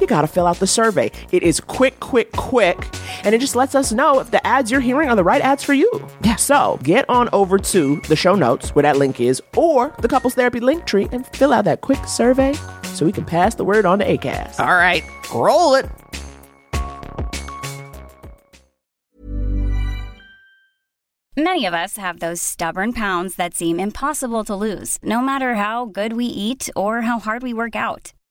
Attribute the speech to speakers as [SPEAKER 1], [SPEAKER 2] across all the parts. [SPEAKER 1] you got to fill out the survey. It is quick, quick, quick. And it just lets us know if the ads you're hearing are the right ads for you.
[SPEAKER 2] Yeah.
[SPEAKER 1] So get on over to the show notes where that link is or the couples therapy link tree and fill out that quick survey so we can pass the word on to ACAS.
[SPEAKER 2] All right, roll it.
[SPEAKER 3] Many of us have those stubborn pounds that seem impossible to lose, no matter how good we eat or how hard we work out.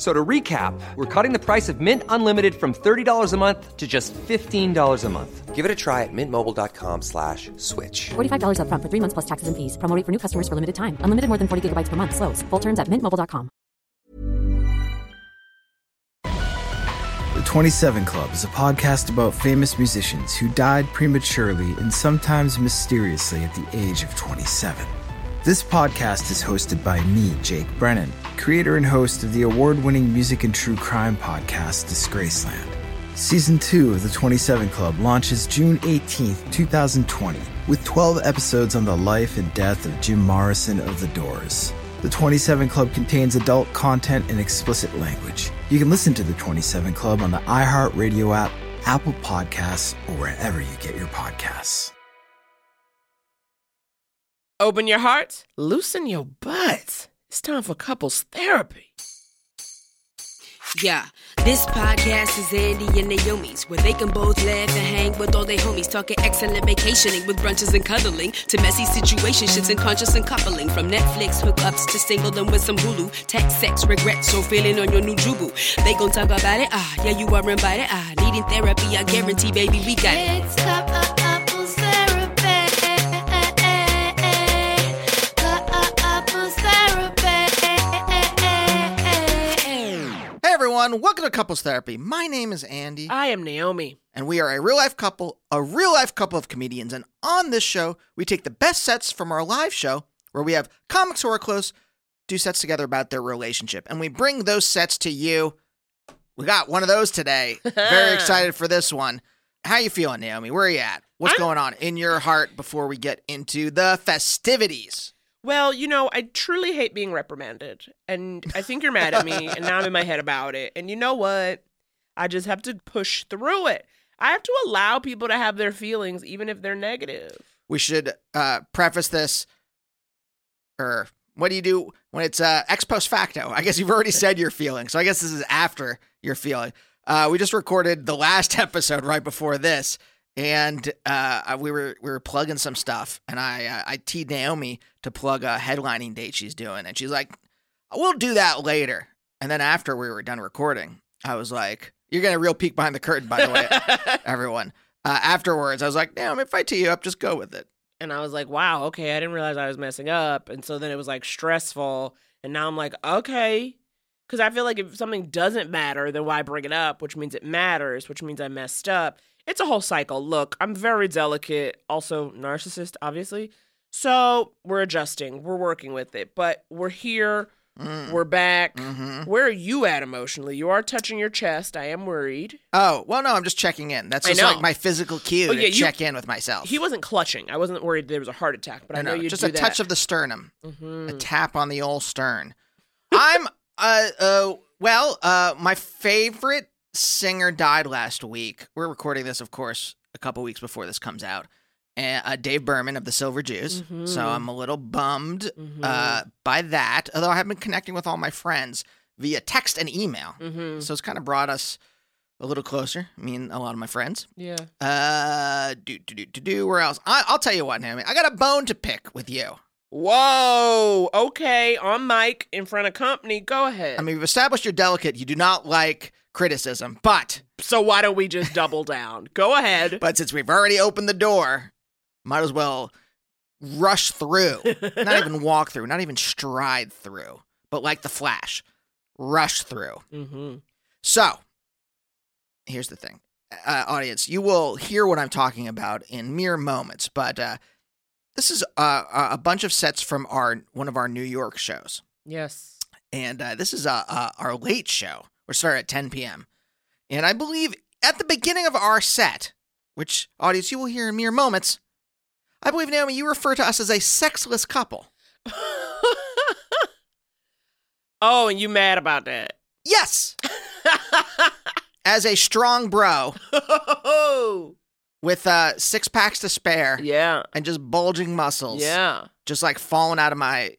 [SPEAKER 4] So to recap, we're cutting the price of Mint Unlimited from $30 a month to just $15 a month. Give it a try at mintmobile.com slash switch.
[SPEAKER 5] $45 upfront for three months plus taxes and fees. Promoting for new customers for limited time. Unlimited more than 40 gigabytes per month. Slows. Full terms at mintmobile.com.
[SPEAKER 6] The 27 Club is a podcast about famous musicians who died prematurely and sometimes mysteriously at the age of 27. This podcast is hosted by me, Jake Brennan, creator and host of the award winning music and true crime podcast, Disgraceland. Season 2 of The 27 Club launches June 18th, 2020, with 12 episodes on the life and death of Jim Morrison of The Doors. The 27 Club contains adult content and explicit language. You can listen to The 27 Club on the iHeartRadio app, Apple Podcasts, or wherever you get your podcasts.
[SPEAKER 7] Open your hearts, loosen your butts. It's time for couples therapy.
[SPEAKER 8] Yeah, this podcast is Andy and Naomi's, where they can both laugh and hang with all their homies, talking excellent vacationing with brunches and cuddling, to messy situationships and conscious and coupling, from Netflix hookups to singledom with some Hulu, text sex regrets or feeling on your new jubu. They gon' talk about it, ah, yeah, you are invited, ah, needing therapy, I guarantee, baby, we got it.
[SPEAKER 9] It's couples therapy. Couples therapy.
[SPEAKER 10] Hey everyone, welcome to Couples Therapy. My name is Andy,
[SPEAKER 7] I am Naomi.
[SPEAKER 10] and we are a real life couple, a real life couple of comedians. And on this show, we take the best sets from our live show, where we have comics who are close do sets together about their relationship, and we bring those sets to you. We got one of those today. Very excited for this one. How you feeling, Naomi? Where are you at? What's
[SPEAKER 7] I'm-
[SPEAKER 10] going on in your heart before we get into the festivities?
[SPEAKER 7] Well, you know, I truly hate being reprimanded. And I think you're mad at me. And now I'm in my head about it. And you know what? I just have to push through it. I have to allow people to have their feelings, even if they're negative.
[SPEAKER 10] we should uh, preface this or what do you do when it's uh, ex post facto i guess you've already said your feeling so i guess this is after your feeling uh, we just recorded the last episode right before this and uh, we were we were plugging some stuff and i uh, i teed naomi to plug a headlining date she's doing and she's like we'll do that later and then after we were done recording i was like you're getting a real peek behind the curtain by the way everyone uh, afterwards i was like naomi if i tee you up just go with it
[SPEAKER 7] And I was like, wow, okay, I didn't realize I was messing up. And so then it was like stressful. And now I'm like, okay. Because I feel like if something doesn't matter, then why bring it up? Which means it matters, which means I messed up. It's a whole cycle. Look, I'm very delicate, also narcissist, obviously. So we're adjusting, we're working with it, but we're here,
[SPEAKER 10] Mm.
[SPEAKER 7] We're back.
[SPEAKER 10] Mhm.
[SPEAKER 7] Where are you at emotionally? You are touching your chest. I am worried.
[SPEAKER 10] Oh, well, no, I'm just checking in. That's
[SPEAKER 7] I
[SPEAKER 10] just
[SPEAKER 7] know.
[SPEAKER 10] like my physical cue
[SPEAKER 7] Oh,
[SPEAKER 10] to
[SPEAKER 7] yeah, you-
[SPEAKER 10] check in with myself.
[SPEAKER 7] He wasn't clutching. I wasn't worried there was a heart attack, but I, know you
[SPEAKER 10] just
[SPEAKER 7] do
[SPEAKER 10] a touch
[SPEAKER 7] that.
[SPEAKER 10] of the sternum,
[SPEAKER 7] Mhm.
[SPEAKER 10] a tap on the old stern. I'm uh uh well uh my favorite singer died last week. We're recording this, of course, a couple weeks before this comes out. And uh, Dave Berman of the Silver Jews. So I'm a little bummed uh, by that. Although I have been connecting with all my friends via text and email,
[SPEAKER 7] Mhm.
[SPEAKER 10] so it's kind of brought us a little closer. Me and a lot of my friends.
[SPEAKER 7] Yeah.
[SPEAKER 10] Uh, do do do do do. Where else? I, I'll tell you what, Naomi. I got a bone to pick with you.
[SPEAKER 7] Whoa. Okay. On mic in front of company. Go ahead.
[SPEAKER 10] I mean, we've established you're delicate. You do not like criticism, but
[SPEAKER 7] so why don't we just double down? Go ahead.
[SPEAKER 10] but since we've already opened the door, might as well rush through. not even walk through. Not even stride through. But like the Flash, rush through.
[SPEAKER 7] hmm
[SPEAKER 10] So, here's the thing, uh, audience. You will hear what I'm talking about in mere moments, but uh, this is uh, a a bunch of sets from our one of our New York shows,
[SPEAKER 7] Yes.
[SPEAKER 10] and uh, this is uh, uh, our late show, which started at 10 p.m. And I believe at the beginning of our set, which audience you will hear in mere moments, I believe Naomi, you refer to us as a sexless couple.
[SPEAKER 7] oh, and you mad about that?
[SPEAKER 10] Yes, as a strong bro with uh, six packs to spare.
[SPEAKER 7] yeah.
[SPEAKER 10] and just bulging muscles.
[SPEAKER 7] Yeah.
[SPEAKER 10] Just like falling out of my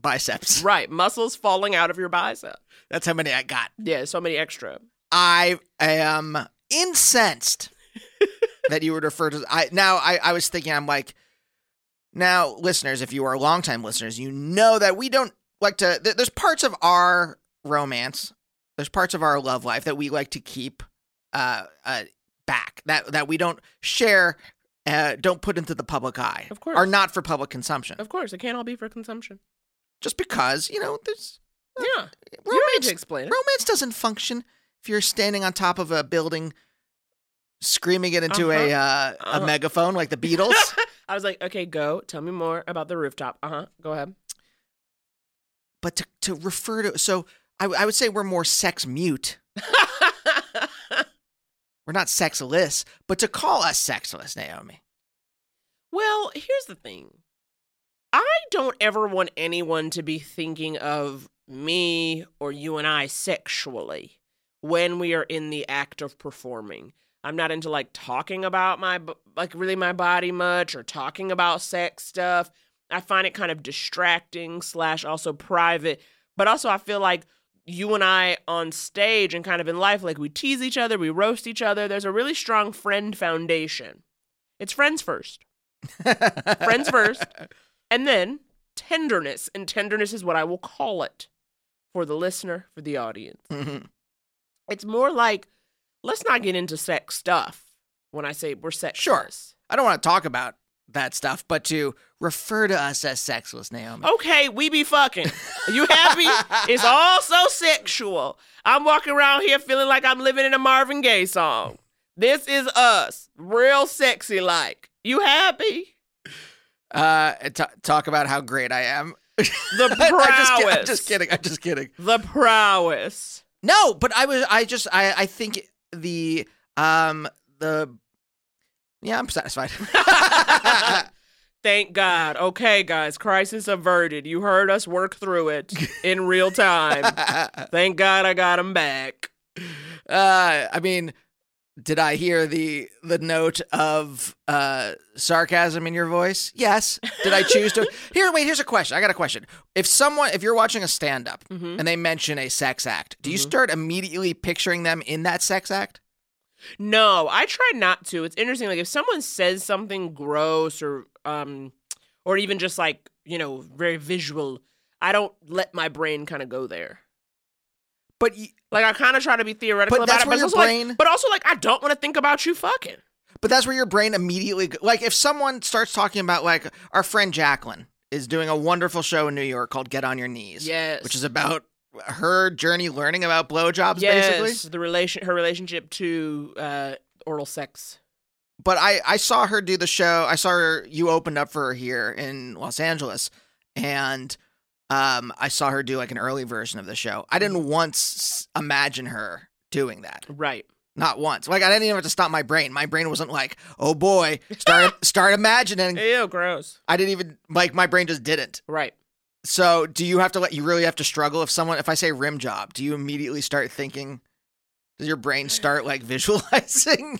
[SPEAKER 10] biceps.
[SPEAKER 7] Right. Muscles falling out of your bicep.
[SPEAKER 10] That's how many I got.
[SPEAKER 7] Yeah. So many extra.
[SPEAKER 10] I am incensed that you would refer to I now I, I was thinking I'm like now listeners, if you are longtime listeners, you know that we don't like to there- there's parts of our romance, there's parts of our love life that we like to keep uh uh back that that we don't share uh, don't put into the public eye.
[SPEAKER 7] Of course.
[SPEAKER 10] Are not for public consumption.
[SPEAKER 7] Of course. It can't all be for consumption.
[SPEAKER 10] Just because, you know, there's uh,
[SPEAKER 7] Yeah. You don't need
[SPEAKER 10] romance,
[SPEAKER 7] to explain it.
[SPEAKER 10] romance doesn't function if you're standing on top of a building screaming it into a uh,
[SPEAKER 7] Uh-huh.
[SPEAKER 10] a megaphone like the Beatles.
[SPEAKER 7] I was like, okay, go. Tell me more about the rooftop. Uh huh. Go ahead.
[SPEAKER 10] but to, to refer to so I, I would say we're more sex mute. We're not sexless, but to call us sexless, Naomi.
[SPEAKER 7] Well, here's the thing. I don't ever want anyone to be thinking of me or you and I sexually when we are in the act of performing. I'm not into like talking about my b- like really my body much or talking about sex stuff. I find it kind of distracting slash also private. But also I feel like you and I on stage and kind of in life, like we tease each other, we roast each other. There's a really strong friend foundation. It's friends first friends first, and then tenderness. And tenderness is what I will call it for the listener, for the audience.
[SPEAKER 10] Mhm.
[SPEAKER 7] It's more like, let's not get into sex stuff when I say we're sex.
[SPEAKER 10] Sure. I don't want to talk about that stuff, but to refer to us as sexless, Naomi.
[SPEAKER 7] Okay, we be fucking. Are you happy? it's all so sexual. I'm walking around here feeling like I'm living in a Marvin Gaye song. This is us, real sexy like. You happy?
[SPEAKER 10] Uh, t- talk about how great I am.
[SPEAKER 7] The prowess.
[SPEAKER 10] I'm, just, kid- I'm just kidding. I'm just kidding.
[SPEAKER 7] The prowess.
[SPEAKER 10] No, but I was I just I I think the um the yeah, I'm satisfied.
[SPEAKER 7] Thank God. Okay, guys, crisis averted. You heard us work through it in real time.
[SPEAKER 10] uh,
[SPEAKER 7] Thank God I got him back.
[SPEAKER 10] I mean, did I hear the the note of uh sarcasm in your voice? Yes. Did I choose to Here, wait, here's a question. I got a question. If someone if you're watching a stand up
[SPEAKER 7] Mhm.
[SPEAKER 10] and they mention a sex act, do you start immediately picturing them in that sex act?
[SPEAKER 7] No, I try not to. It's interesting. Like if someone says something gross or um, or even just like you know very visual, I don't let my brain kind of go there.
[SPEAKER 10] But y-
[SPEAKER 7] Like I kind of try to be theoretical
[SPEAKER 10] But
[SPEAKER 7] about
[SPEAKER 10] that's
[SPEAKER 7] it, but
[SPEAKER 10] where
[SPEAKER 7] it's
[SPEAKER 10] your
[SPEAKER 7] also, like-
[SPEAKER 10] brain-
[SPEAKER 7] but also like I don't want to think about you fucking.
[SPEAKER 10] But that's where your brain immediately go- like if someone starts talking about like our friend Jacqueline is doing a wonderful show in New York called Get on Your Knees.
[SPEAKER 7] Yes.
[SPEAKER 10] Which is about her journey learning about blowjobs
[SPEAKER 7] Yes,
[SPEAKER 10] basically.
[SPEAKER 7] the relation, her relationship to uh, oral sex.
[SPEAKER 10] But I I saw her do the show. I saw her you opened up for her here in Los Angeles and um, I saw her do like an early version of the show. I didn't once imagine her doing that.
[SPEAKER 7] Mm-hmm. Right.
[SPEAKER 10] Not once. Like I didn't even have to stop my brain. My brain wasn't like, "Oh boy, start start imagining."
[SPEAKER 7] Ew, gross.
[SPEAKER 10] I didn't even like my brain just didn't.
[SPEAKER 7] Right.
[SPEAKER 10] So, do you have to let you really have to struggle if someone if I say rim job, do you immediately start thinking does your brain start like visualizing?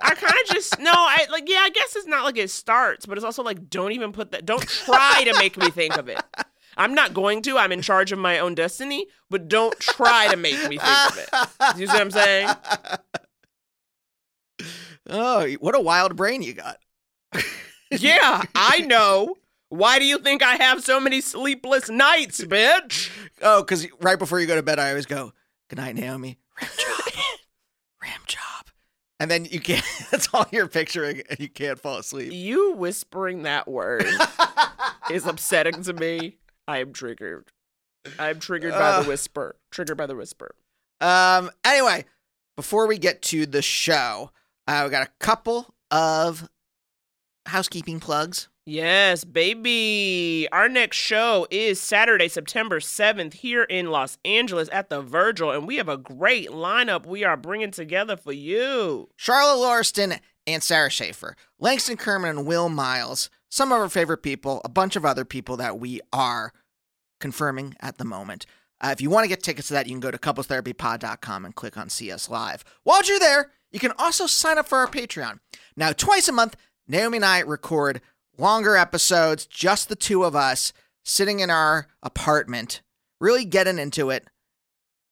[SPEAKER 7] I kind of just no. I like yeah. I guess it's not like it starts, but it's also like don't even put that. Don't try to make me think of it. I'm not going to. I'm in charge of my own destiny, but don't try to make me think of it. You see what I'm saying?
[SPEAKER 10] oh, what a wild brain you got.
[SPEAKER 7] Yeah, I know. Why do you think I have so many sleepless nights, bitch?
[SPEAKER 10] Oh, because right before you go to bed, I always go, Good night, Naomi. Rim job. Rim job. And then you can't, that's all you're picturing, and you can't fall asleep.
[SPEAKER 7] You whispering that word is upsetting to me. I am triggered. I am triggered by
[SPEAKER 10] Ugh.
[SPEAKER 7] the whisper. Triggered by the whisper.
[SPEAKER 10] Um, anyway, before we get to the show, uh, we got a couple of housekeeping plugs.
[SPEAKER 7] Yes, baby. Our next show is Saturday, September 7th, here in Los Angeles at the Virgil, and we have a great lineup we are bringing together for you.
[SPEAKER 10] Charlotte Lauriston and Sarah Schaefer, Langston Kerman and Will Miles, some of our favorite people, a bunch of other people that we are confirming at the moment. Uh, if you want to get tickets to that, you can go to couplestherapypod.com and click on See Us Live. While you're there, you can also sign up for our Patreon. Now, twice a month, Naomi and I record longer episodes, just the two of us sitting in our apartment, really getting into it.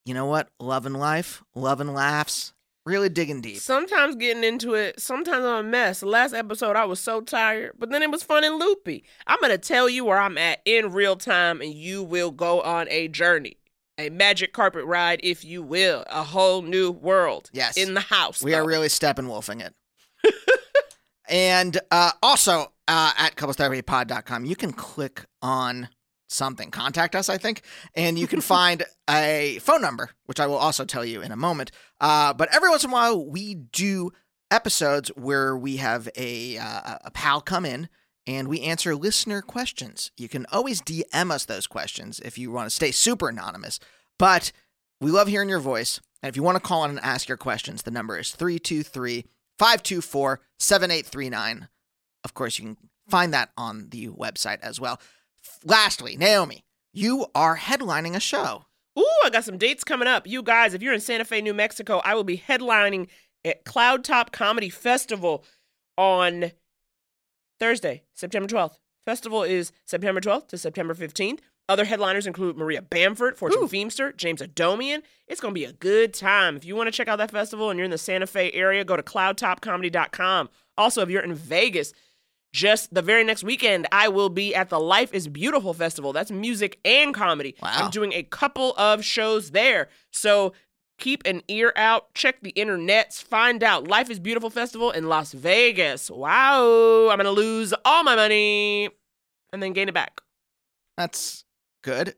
[SPEAKER 10] You know what? Loving life, loving laughs, really digging deep.
[SPEAKER 7] Sometimes getting into it, sometimes I'm a mess. The last episode, I was so tired, but then it was fun and loopy. I'm going to tell you where I'm at in real time, and you will go on a journey. A magic carpet ride, if you will. A whole new world.
[SPEAKER 10] Yes.
[SPEAKER 7] In the house.
[SPEAKER 10] We are
[SPEAKER 7] though.
[SPEAKER 10] really Steppenwolfing it. and uh, also uh, at couplestherapypod.com, you can click on something, contact us, I think, and you can find a phone number, which I will also tell you in a moment. Uh, but every once in a while, we do episodes where we have a, uh, a pal come in and we answer listener questions. You can always DM us those questions if you want to stay super anonymous. But we love hearing your voice. And if you want to call in and ask your questions, the number is 323 524 7839. Of course, you can find that on the website as well. F- Lastly, Naomi, you are headlining a show.
[SPEAKER 7] Ooh, I got some dates coming up. You guys, if you're in Santa Fe, New Mexico, I will be headlining at Cloud Top Comedy Festival on Thursday, September 12th. Festival is September 12th to September 15th. Other headliners include Maria Bamford, Fortune Feimster, James Adomian. It's going to be a good time. If you want to check out that festival and you're in the Santa Fe area, go to cloudtopcomedy.com. Also, if you're in Vegas, just the very next weekend, I will be at the Life is Beautiful Festival. That's music and comedy.
[SPEAKER 10] Wow.
[SPEAKER 7] I'm doing a couple of shows there. So keep an ear out, check the internets, find out. Life is Beautiful Festival in Las Vegas. Wow. I'm going to lose all my money and then gain it back.
[SPEAKER 10] That's good.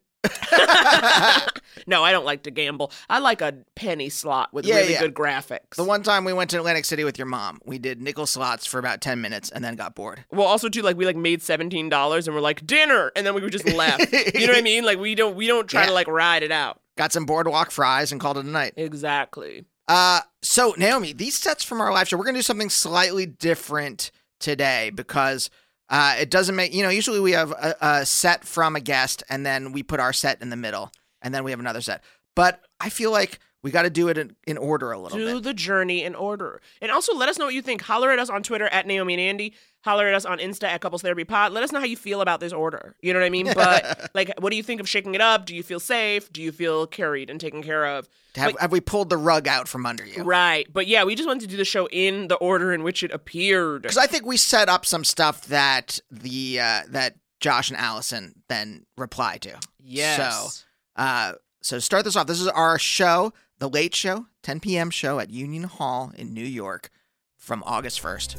[SPEAKER 7] No, I don't like to gamble. I like a penny slot with
[SPEAKER 10] Yeah,
[SPEAKER 7] really
[SPEAKER 10] yeah.
[SPEAKER 7] good graphics.
[SPEAKER 10] the one time we went to Atlantic City with your mom, we did nickel slots for about 10 minutes and then got bored.
[SPEAKER 7] Well, also too, like we like made seventeen dollars and we're like dinner, and then we just left. you know what I mean? Like we don't we don't try
[SPEAKER 10] Yeah.
[SPEAKER 7] to like ride it out.
[SPEAKER 10] Got some boardwalk fries and called it a night.
[SPEAKER 7] Exactly.
[SPEAKER 10] Uh, so Naomi, these sets from our live show, we're gonna do something slightly different today because uh, it doesn't make you know. Usually we have a, a set from a guest, and then we put our set in the middle, and then we have another set. But I feel like we got to do it in, in order a little
[SPEAKER 7] do
[SPEAKER 10] bit.
[SPEAKER 7] the journey in order. And also let us know what you think. Holler at us on Twitter at Naomi and Andy. Holler at us on Insta at Couples Therapy Pod. Let us know how you feel about this order. You know what I mean? But like what do you think of shaking it up? Do you feel safe? Do you feel carried and taken care of?
[SPEAKER 10] Have, have we pulled the rug out from under you?
[SPEAKER 7] Right. But yeah, we just wanted to do the show in the order in which it appeared.
[SPEAKER 10] Because I think we set up some stuff that the uh, that Josh and Allison then reply to. So
[SPEAKER 7] Yes.
[SPEAKER 10] Uh, so to start this off, this is our show, the late show, 10 p.m. show at Union Hall in New York from August 1st.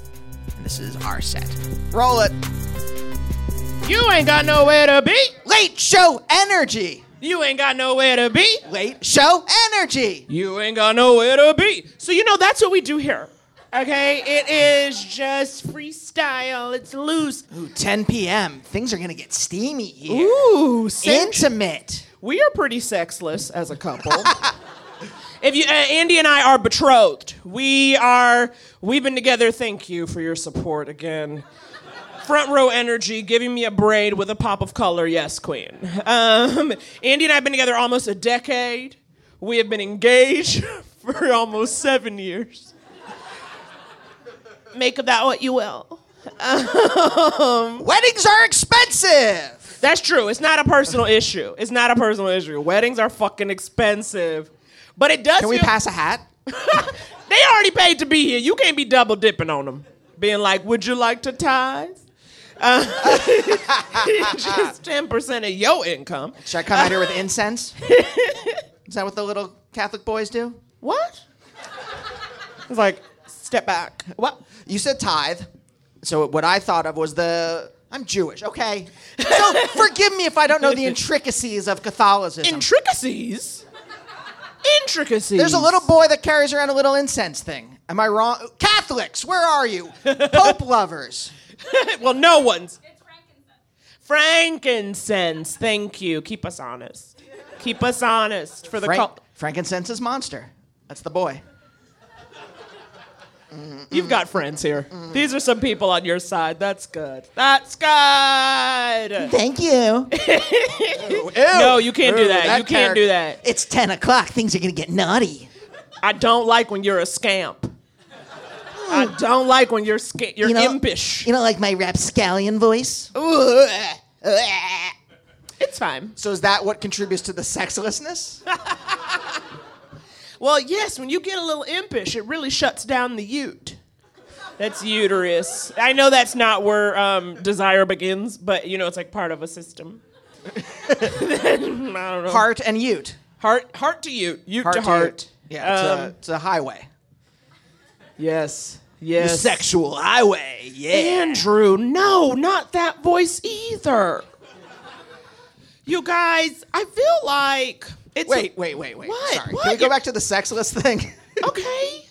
[SPEAKER 10] And this is our set. Roll it.
[SPEAKER 7] You ain't got nowhere to be.
[SPEAKER 10] Late show energy.
[SPEAKER 7] You ain't got nowhere to be.
[SPEAKER 10] Late show energy.
[SPEAKER 7] You ain't got nowhere to be. So you know that's what we do here. Okay, it is just freestyle. It's loose.
[SPEAKER 10] Ooh, 10 p.m. Things are gonna get steamy here.
[SPEAKER 7] Ooh, sex-
[SPEAKER 10] Intimate.
[SPEAKER 7] we are pretty sexless as a couple. if you, uh, Andy and I are betrothed. We are. We've been together. Thank you for your support again. Front row energy, giving me a braid with a pop of color. Yes, queen. Um, Andy and I have been together almost a decade. We have been engaged for almost seven years. Make of that what you will. Um.
[SPEAKER 10] Weddings are expensive.
[SPEAKER 7] That's true. It's not a personal issue. It's not a personal issue. Weddings are fucking expensive. But it does
[SPEAKER 10] Can we
[SPEAKER 7] feel-
[SPEAKER 10] pass a hat?
[SPEAKER 7] they already paid to be here. You can't be double dipping on them. Being like, would you like to tithe? Uh, just 10% of your income. Uh,
[SPEAKER 10] Should I come out here with incense? Is that what the little Catholic boys do?
[SPEAKER 7] What? It's like, step back.
[SPEAKER 10] Well, you said tithe. So what I thought of was the I'm Jewish, okay? So forgive me if I don't know the intricacies of Catholicism.
[SPEAKER 7] Intricacies. Intricacies.
[SPEAKER 10] There's a little boy that carries around a little incense thing. Am I wrong? Catholics, where are you? Pope lovers.
[SPEAKER 7] well, no one's. Frankincense. Thank you. Keep us honest. Keep us honest for the
[SPEAKER 10] Frank-
[SPEAKER 7] cult.
[SPEAKER 10] frankincense is monster. That's the boy.
[SPEAKER 7] You've got friends here. These are some people on your side. That's good. That's good.
[SPEAKER 10] Thank you.
[SPEAKER 7] No, you can't do that. you can't do that.
[SPEAKER 10] It's 10 o'clock. Things are going to get naughty.
[SPEAKER 7] I don't like when you're a scamp. I don't like when you're sca- you're impish.
[SPEAKER 10] know, like my rapscallion voice?
[SPEAKER 7] it's fine.
[SPEAKER 10] So is that what contributes to the sexlessness?
[SPEAKER 7] Well, yes, when you get a little impish, it really shuts down the ute. That's uterus. I know that's not where um, desire begins, but you know it's like part of a system. I don't know.
[SPEAKER 10] Heart and ute.
[SPEAKER 7] heart, heart to ute, ute to
[SPEAKER 10] to
[SPEAKER 7] heart.
[SPEAKER 10] ute. Yeah, it's,
[SPEAKER 7] Um,
[SPEAKER 10] a, it's a highway.
[SPEAKER 7] Yes. Yes.
[SPEAKER 10] sexual highway. Yeah.
[SPEAKER 7] Andrew, no, not that voice either. You guys, I feel like it's
[SPEAKER 10] Wait, wait, wait, wait.
[SPEAKER 7] What?
[SPEAKER 10] Sorry.
[SPEAKER 7] What?
[SPEAKER 10] Can we go back to the sexless thing?
[SPEAKER 7] Okay.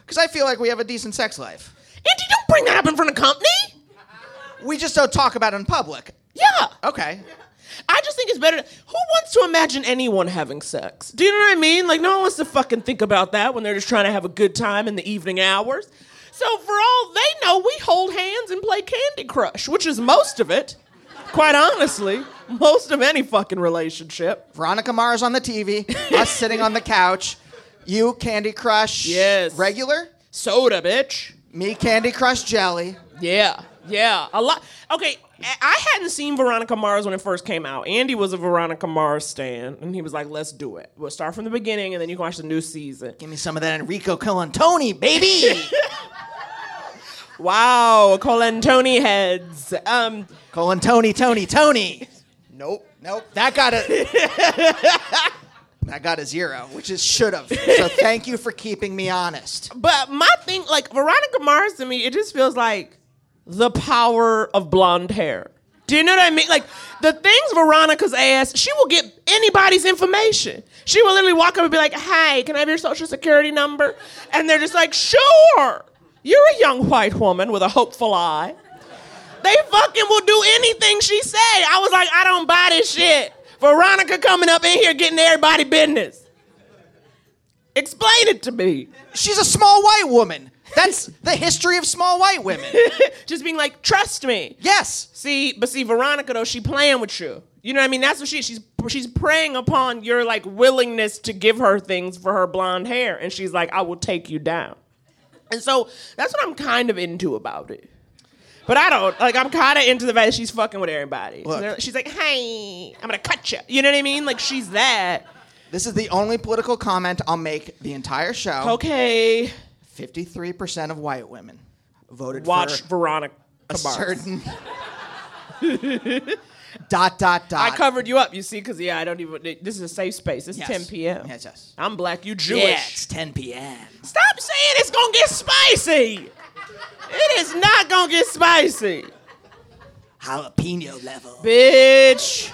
[SPEAKER 10] Because I feel like we have a decent sex life.
[SPEAKER 7] Andy, don't bring that up in front of company.
[SPEAKER 10] We just don't talk about it in public.
[SPEAKER 7] Yeah.
[SPEAKER 10] Okay.
[SPEAKER 7] I just think it's better. Who wants to imagine anyone having sex? Do you know what I mean? Like, no one wants to fucking think about that when they're just trying to have a good time in the evening hours. So, for all they know, we hold hands and play Candy Crush, which is most of it, quite honestly, most of any fucking relationship.
[SPEAKER 10] Veronica Mars on the TV, us sitting on the couch, you Candy Crush
[SPEAKER 7] Yes.
[SPEAKER 10] regular,
[SPEAKER 7] Soda, bitch.
[SPEAKER 10] me Candy Crush jelly.
[SPEAKER 7] Yeah, yeah, a lot. Okay, I- I hadn't seen Veronica Mars when it first came out. Andy was a Veronica Mars stan, and he was like, "Let's do it. We'll start from the beginning, and then you can watch the new season."
[SPEAKER 10] Give me some of that Enrico Colantoni, baby.
[SPEAKER 7] Wow, Colin Tony heads. Um,
[SPEAKER 10] Colantoni, Tony, Tony. Nope, nope. That got a that got a zero, which is should have. So thank you for keeping me honest.
[SPEAKER 7] but my thing, like Veronica Mars to me, it just feels like the power of blonde hair. Do you know what I mean? Like the things Veronica's asked, she will get anybody's information. She will literally walk up and be like, "Hi, can I have your social security number?" And they're just like, "Sure." You're a young white woman with a hopeful eye. They fucking will do anything she say. I was like, I don't buy this shit. Veronica coming up in here getting everybody business. Explain it to me.
[SPEAKER 10] She's a small white woman. That's the history of small white women.
[SPEAKER 7] just being like, trust me.
[SPEAKER 10] Yes.
[SPEAKER 7] See, but see, Veronica though, she playing with you. You know what I mean? That's what she she's she's preying upon your like willingness to give her things for her blonde hair, and she's like, I will take you down. And so that's what I'm kind of into about it. But I don't like. I'm kind of into the fact that she's fucking with everybody.
[SPEAKER 10] Look.
[SPEAKER 7] They're- She's like, "Hey, I'm gonna cut you." You know what I mean? Like she's that.
[SPEAKER 10] This is the only political comment I'll make the entire show.
[SPEAKER 7] Okay,
[SPEAKER 10] Fifty-three percent of white women voted
[SPEAKER 7] watch
[SPEAKER 10] for
[SPEAKER 7] Veronica.
[SPEAKER 10] a
[SPEAKER 7] Mars.
[SPEAKER 10] certain dot dot dot.
[SPEAKER 7] I covered you up, you see, because yeah, I don't even. This is a safe space. It's
[SPEAKER 10] Yes.
[SPEAKER 7] 10 p.m.
[SPEAKER 10] Yes, yes.
[SPEAKER 7] I'm black. You Jewish.
[SPEAKER 10] Yeah, it's 10 p.m.
[SPEAKER 7] Stop saying it's gonna get spicy. It is not gonna get spicy,
[SPEAKER 10] Jalapeno level.
[SPEAKER 7] bitch.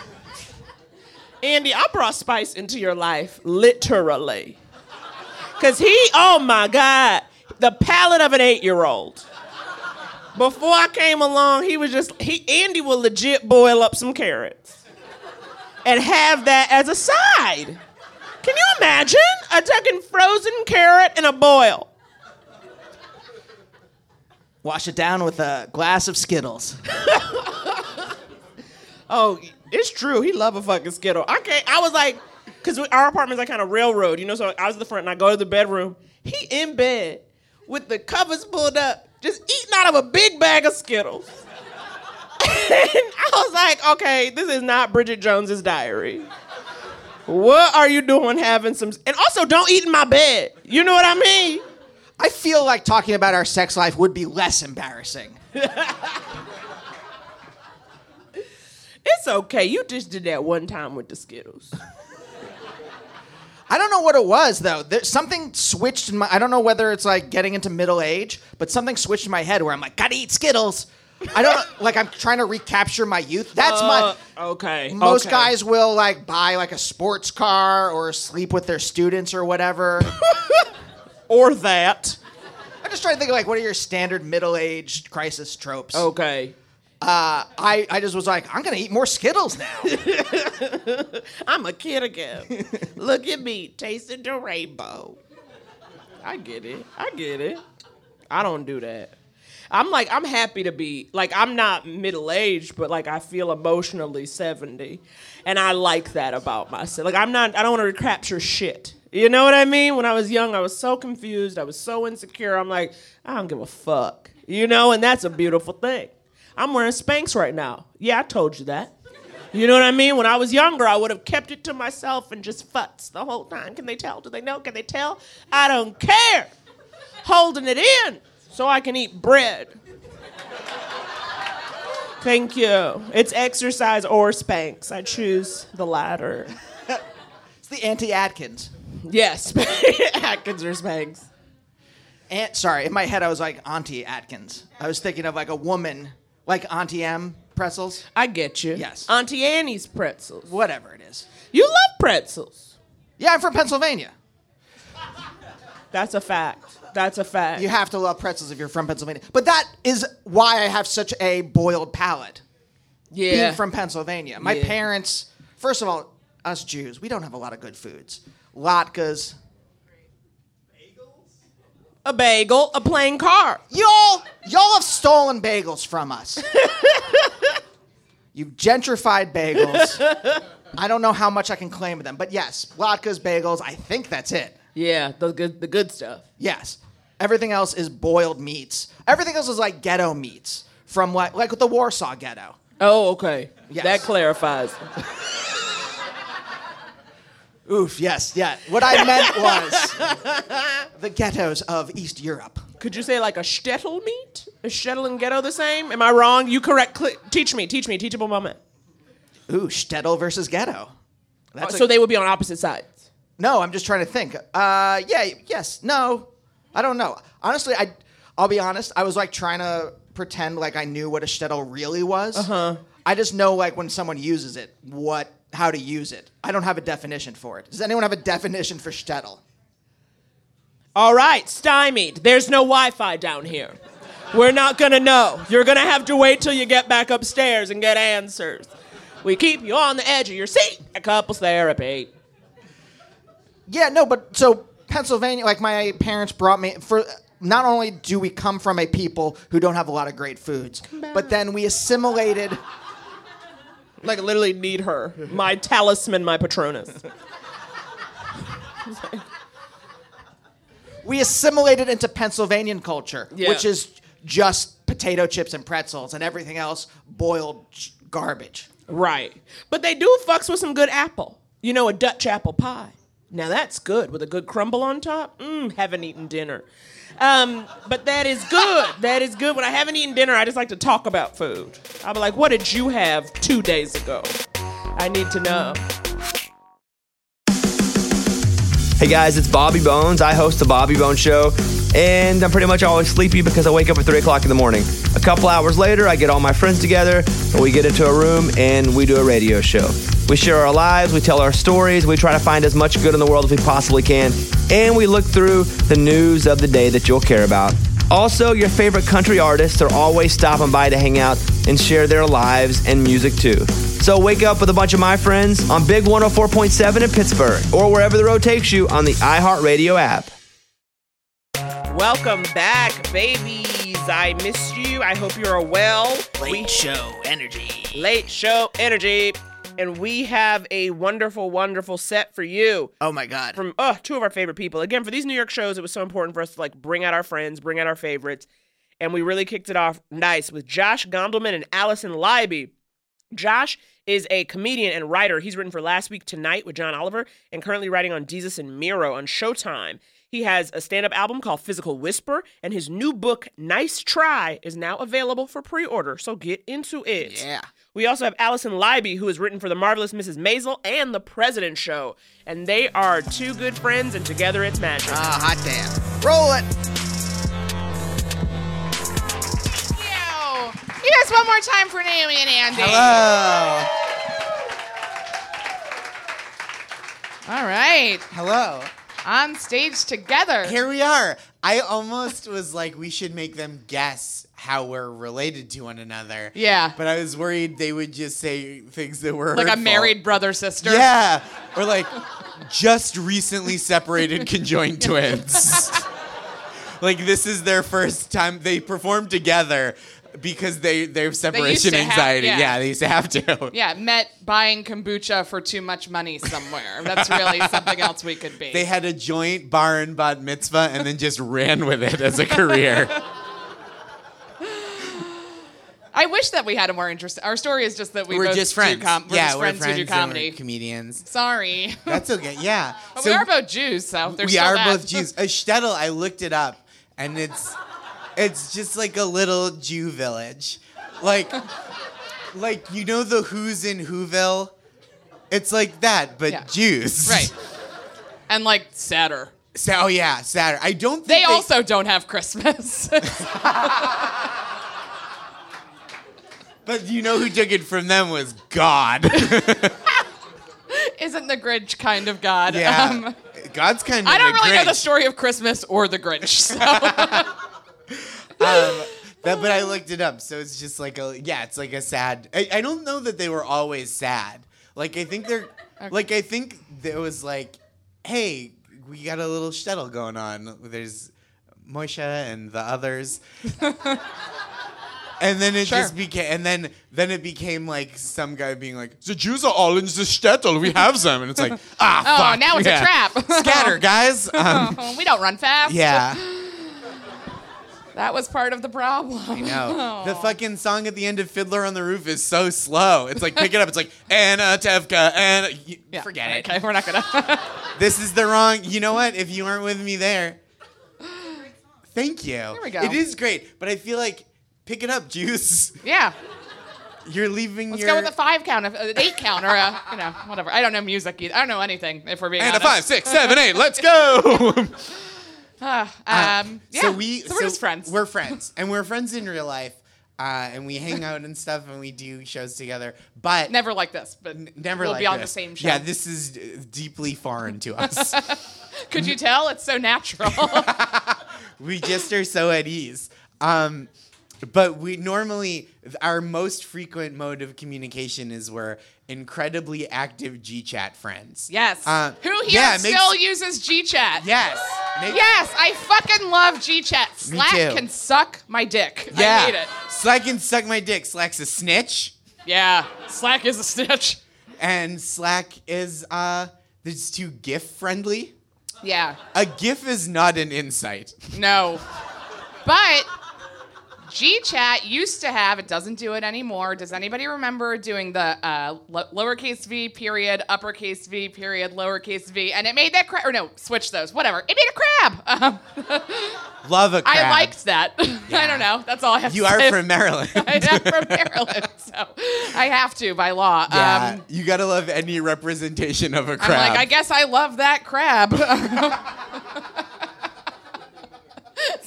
[SPEAKER 7] Andy, I brought spice into your life, literally. Cause he, oh my God, the palate of an eight year old. Before I came along, he was just he Andy will legit boil up some carrots and have that as a side. Can you imagine a fucking frozen carrot and a boil?
[SPEAKER 10] Wash it down with a glass of Skittles.
[SPEAKER 7] Oh, it's true. He love a fucking Skittle. I can't. I was like, because our apartment's like kind of railroad, you know. So I was the front, and I go to the bedroom. He in bed with the covers pulled up, just eating out of a big bag of Skittles. and I was like, okay, this is not Bridget Jones's diary. What are you doing having some? And also, don't eat in my bed. You know what I mean?
[SPEAKER 10] I feel like talking about our sex life would be less embarrassing.
[SPEAKER 7] It's okay. You just did that one time with the Skittles.
[SPEAKER 10] I don't know what it was though. There, something switched in my. I don't know whether it's like getting into middle age, but something switched in my head where I'm like, gotta eat Skittles. I don't know, like. I'm trying to recapture my youth. That's
[SPEAKER 7] Uh,
[SPEAKER 10] my.
[SPEAKER 7] okay,
[SPEAKER 10] Most
[SPEAKER 7] okay.
[SPEAKER 10] guys will like buy like a sports car or sleep with their students or whatever.
[SPEAKER 7] Or that.
[SPEAKER 10] I'm just trying to think of like what are your standard middle age crisis tropes.
[SPEAKER 7] Okay.
[SPEAKER 10] Uh, I I just was like, I'm gonna eat more Skittles now.
[SPEAKER 7] I'm a kid again. Look at me tasting the rainbow. I get it. I get it. I don't do that. I'm like I'm happy to be like I'm not middle aged, but like I feel emotionally seventy, and I like that about myself. Like I'm not. I don't want to recapture shit. You know what I mean? When I was young, I was so confused. I was so insecure. I'm like I don't give a fuck. You know, and that's a beautiful thing. I'm wearing Spanx right now. Yeah, I told you that. You know what I mean? When I was younger, I would have kept it to myself and just futz the whole time. Can they tell? Do they know? Can they tell? I don't care. Holding it in so I can eat bread. Thank you. It's exercise or Spanx. I choose the latter.
[SPEAKER 10] it's the anti Atkins.
[SPEAKER 7] Yes, Atkins or Spanx.
[SPEAKER 10] Aunt, sorry, in my head I was like Auntie Atkins. I was thinking of like a woman, like Auntie M pretzels,
[SPEAKER 7] I get you.
[SPEAKER 10] Yes.
[SPEAKER 7] Auntie Annie's pretzels.
[SPEAKER 10] whatever it is.
[SPEAKER 7] You love pretzels.
[SPEAKER 10] Yeah, I'm from Pennsylvania.
[SPEAKER 7] That's a fact. That's a fact.
[SPEAKER 10] You have to love pretzels if you're from Pennsylvania. But that is why I have such a boiled palate.
[SPEAKER 7] yeah.
[SPEAKER 10] Being from Pennsylvania, my
[SPEAKER 7] Yeah.
[SPEAKER 10] parents. First of all, us Jews, we don't have a lot of good foods. Latkes.
[SPEAKER 7] a bagel, a plain car.
[SPEAKER 10] Y'all, y'all have stolen bagels from us. You've gentrified bagels. I don't know how much I can claim of them, but yes, latkes, bagels. I think that's it.
[SPEAKER 7] Yeah, the good the good stuff.
[SPEAKER 10] Yes, everything else is boiled meats. Everything else is like ghetto meats from like like the Warsaw ghetto.
[SPEAKER 7] Oh, okay.
[SPEAKER 10] Yes.
[SPEAKER 7] That clarifies.
[SPEAKER 10] Oof. Yes. Yeah. What I meant was the ghettos of East Europe.
[SPEAKER 7] Could you say like a shtetl meat? Is shtetl and ghetto the same? Am I wrong? You correct. Cl- teach me. Teach me. Teachable moment.
[SPEAKER 10] Ooh, shtetl versus ghetto. That's
[SPEAKER 7] Oh, so
[SPEAKER 10] a-
[SPEAKER 7] they would be on opposite sides.
[SPEAKER 10] No, I'm just trying to think. Uh, yeah, yes, no, I don't know. Honestly, I, I'll be honest. I was like trying to pretend like I knew what a shtetl really was. Uh
[SPEAKER 7] Uh-huh.
[SPEAKER 10] huh. I just know like when someone uses it, what, how to use it. I don't have a definition for it. Does anyone have a definition for shtetl?
[SPEAKER 7] All right, stymied. There's no Wi-Fi down here. We're not gonna know. You're gonna have to wait till you get back upstairs and get answers. We keep you on the edge of your seat. A couples therapy.
[SPEAKER 10] Yeah, no, but so Pennsylvania, like my parents brought me for. Not only do we come from a people who don't have a lot of great foods, but then we assimilated.
[SPEAKER 7] Like I literally need her. My talisman, my patronus.
[SPEAKER 10] we assimilated into Pennsylvanian culture,
[SPEAKER 7] Yeah.
[SPEAKER 10] which is just potato chips and pretzels and everything else boiled ch- garbage.
[SPEAKER 7] Right. But they do fucks with some good apple. You know, a Dutch apple pie. Now that's good with a good crumble on top. Mmm, haven't eaten dinner. Um, but that is good. that is good. When I haven't eaten dinner, I just like to talk about food. I'll be like, what did you have two days ago? I need to know.
[SPEAKER 11] Hey guys, it's Bobby Bones. I host the Bobby Bones Show, and I'm pretty much always sleepy because I wake up at 3 o'clock in the morning. A couple hours later, I get all my friends together and we get into a room and we do a radio show. We share our lives, we tell our stories, we try to find as much good in the world as we possibly can, and we look through the news of the day that you'll care about. Also, your favorite country artists are always stopping by to hang out and share their lives and music too. So wake up with a bunch of my friends on Big 104.7 in Pittsburgh or wherever the road takes you on the iHeartRadio app.
[SPEAKER 7] Welcome back, babies. I missed you. I hope you're well.
[SPEAKER 8] Late show energy.
[SPEAKER 7] Late show energy. And we have a wonderful, wonderful set for you.
[SPEAKER 10] Oh my God.
[SPEAKER 7] From oh, two of our favorite people. Again, for these New York shows, it was so important for us to like bring out our friends, bring out our favorites. And we really kicked it off nice with Josh Gondelman and Allison Leiby. Josh is a comedian and writer. He's written for Last Week Tonight with John Oliver and currently writing on Jesus and Miro on Showtime. He has a stand up album called Physical Whisper, and his new book, Nice Try, is now available for pre order. So get into it.
[SPEAKER 10] Yeah.
[SPEAKER 7] We also have Allison Leiby, who has written for The Marvelous Mrs. Maisel and The President Show. And they are two good friends, and together it's magic.
[SPEAKER 10] Ah, hot damn. Roll it.
[SPEAKER 12] You guys, one more time for Naomi and Andy.
[SPEAKER 10] Hello.
[SPEAKER 12] All right.
[SPEAKER 13] Hello.
[SPEAKER 12] On stage together.
[SPEAKER 13] Here we are. I almost was like, we should make them guess how we're related to one another.
[SPEAKER 12] Yeah.
[SPEAKER 13] But I was worried they would just say things that were
[SPEAKER 12] Like a
[SPEAKER 13] hurtful.
[SPEAKER 12] married brother sister.
[SPEAKER 13] Yeah. Or like just recently separated conjoined twins. like this is their first time they performed together because they they have separation
[SPEAKER 12] to have-
[SPEAKER 13] anxiety.
[SPEAKER 12] yeah.
[SPEAKER 13] yeah, they used to have to.
[SPEAKER 12] Yeah, met buying kombucha for too much money somewhere. That's really something else we could be.
[SPEAKER 13] They had a joint bar and bat mitzvah and then just ran with it as a career.
[SPEAKER 12] I wish that we had a more interesting. Our story is just that we
[SPEAKER 13] We're
[SPEAKER 12] both
[SPEAKER 13] just friends.
[SPEAKER 12] Do com- we're
[SPEAKER 13] Yeah,
[SPEAKER 12] just
[SPEAKER 13] we're
[SPEAKER 12] friends, who do
[SPEAKER 13] friends and we're
[SPEAKER 12] comedy.
[SPEAKER 13] comedians.
[SPEAKER 12] Sorry.
[SPEAKER 13] That's okay. Yeah.
[SPEAKER 12] But
[SPEAKER 13] So
[SPEAKER 12] we are both Jews, so there's
[SPEAKER 13] we
[SPEAKER 12] still
[SPEAKER 13] are
[SPEAKER 12] that.
[SPEAKER 13] both Jews. A shtetl, I looked it up, and it's it's just like a little Jew village, like like you know the Who's in Whoville. It's like that, but
[SPEAKER 12] Yeah.
[SPEAKER 13] Jews.
[SPEAKER 12] Right. And like sadder.
[SPEAKER 13] So oh yeah, Saturday. I don't. Think
[SPEAKER 12] They, also don't have Christmas.
[SPEAKER 13] But you know who took it from them was God.
[SPEAKER 12] Isn't the Grinch kind of God?
[SPEAKER 13] yeah.
[SPEAKER 12] Um,
[SPEAKER 13] God's kind of.
[SPEAKER 12] I don't
[SPEAKER 13] the
[SPEAKER 12] really know the
[SPEAKER 13] Grinch.
[SPEAKER 12] story of Christmas or the Grinch. So.
[SPEAKER 13] um, that, but I looked it up, so it's just like a yeah, it's like a sad. I, I don't know that they were always sad. Like I think they're like I think there was like, hey, we got a little shtetl going on. There's Moshe and the others. And then it
[SPEAKER 12] Sure.
[SPEAKER 13] just became, and then then it became like some guy being like, "The Jews are all in the shtetl. We have them," and it's like, "Ah,
[SPEAKER 12] oh,
[SPEAKER 13] fuck,
[SPEAKER 12] now it's
[SPEAKER 13] yeah.
[SPEAKER 12] a trap. Oh,
[SPEAKER 13] Scatter, guys. Um,
[SPEAKER 12] we don't run fast.
[SPEAKER 13] yeah.
[SPEAKER 12] That was part of the problem. I Oh.
[SPEAKER 13] No. The fucking song at the end of Fiddler on the Roof is so slow. It's like pick it up. It's like Anna Tevka Anna. You, Forget it.
[SPEAKER 12] Okay, we're not gonna.
[SPEAKER 13] This is the wrong. You know what? If you weren't with me there, thank you. There
[SPEAKER 12] we go.
[SPEAKER 13] It is great, but I feel like pick it up, Juice.
[SPEAKER 12] yeah.
[SPEAKER 13] You're leaving
[SPEAKER 12] Let's
[SPEAKER 13] your.
[SPEAKER 12] go with a five count, of- an eight count, or a you know whatever. I don't know music either. I don't know anything. If we're being
[SPEAKER 13] and a
[SPEAKER 12] honest.
[SPEAKER 13] five, six, seven, eight. Let's go.
[SPEAKER 12] Ah,
[SPEAKER 13] Uh,
[SPEAKER 12] um, yeah.
[SPEAKER 13] So we.
[SPEAKER 12] So we're just friends.
[SPEAKER 13] We're friends, and we're friends in real life. Uh, and we hang out and stuff, and we do shows together. But
[SPEAKER 12] never like this, but
[SPEAKER 13] never
[SPEAKER 12] we'll
[SPEAKER 13] like
[SPEAKER 12] be on
[SPEAKER 13] this.
[SPEAKER 12] the same show.
[SPEAKER 13] Yeah, this is uh, deeply foreign to us.
[SPEAKER 12] Could you tell? It's so natural.
[SPEAKER 13] we just are so at ease. Um, but we normally our most frequent mode of communication is we're incredibly active GChat friends.
[SPEAKER 12] yes.
[SPEAKER 13] Uh,
[SPEAKER 12] Who here
[SPEAKER 13] yeah, it makes-
[SPEAKER 12] still uses GChat?
[SPEAKER 13] Yes. Make-
[SPEAKER 12] Yes, I fucking love GChat.
[SPEAKER 13] Me
[SPEAKER 12] Slack
[SPEAKER 13] too.
[SPEAKER 12] can suck my dick.
[SPEAKER 13] Yeah.
[SPEAKER 12] I hate it.
[SPEAKER 13] Slack can suck my dick. Slack's a snitch,
[SPEAKER 12] Yeah, Slack is a snitch.
[SPEAKER 13] and Slack is uh, it's too GIF friendly.
[SPEAKER 12] Yeah.
[SPEAKER 13] A GIF is not an insight.
[SPEAKER 12] No. But GChat used to have, it doesn't do it anymore. Does anybody remember doing the uh, lo- lowercase v period, uppercase v period, lowercase v? And it made that crab, or no, switch those, whatever. It made a crab. Um,
[SPEAKER 13] Love a crab.
[SPEAKER 12] I liked that. I don't know. That's all I have
[SPEAKER 13] You
[SPEAKER 12] to
[SPEAKER 13] are
[SPEAKER 12] say.
[SPEAKER 13] from Maryland.
[SPEAKER 12] I am from Maryland, so I have to by law.
[SPEAKER 13] Yeah,
[SPEAKER 12] Um,
[SPEAKER 13] you gotta love any representation of a crab.
[SPEAKER 12] I'm like, I guess I love that crab. That's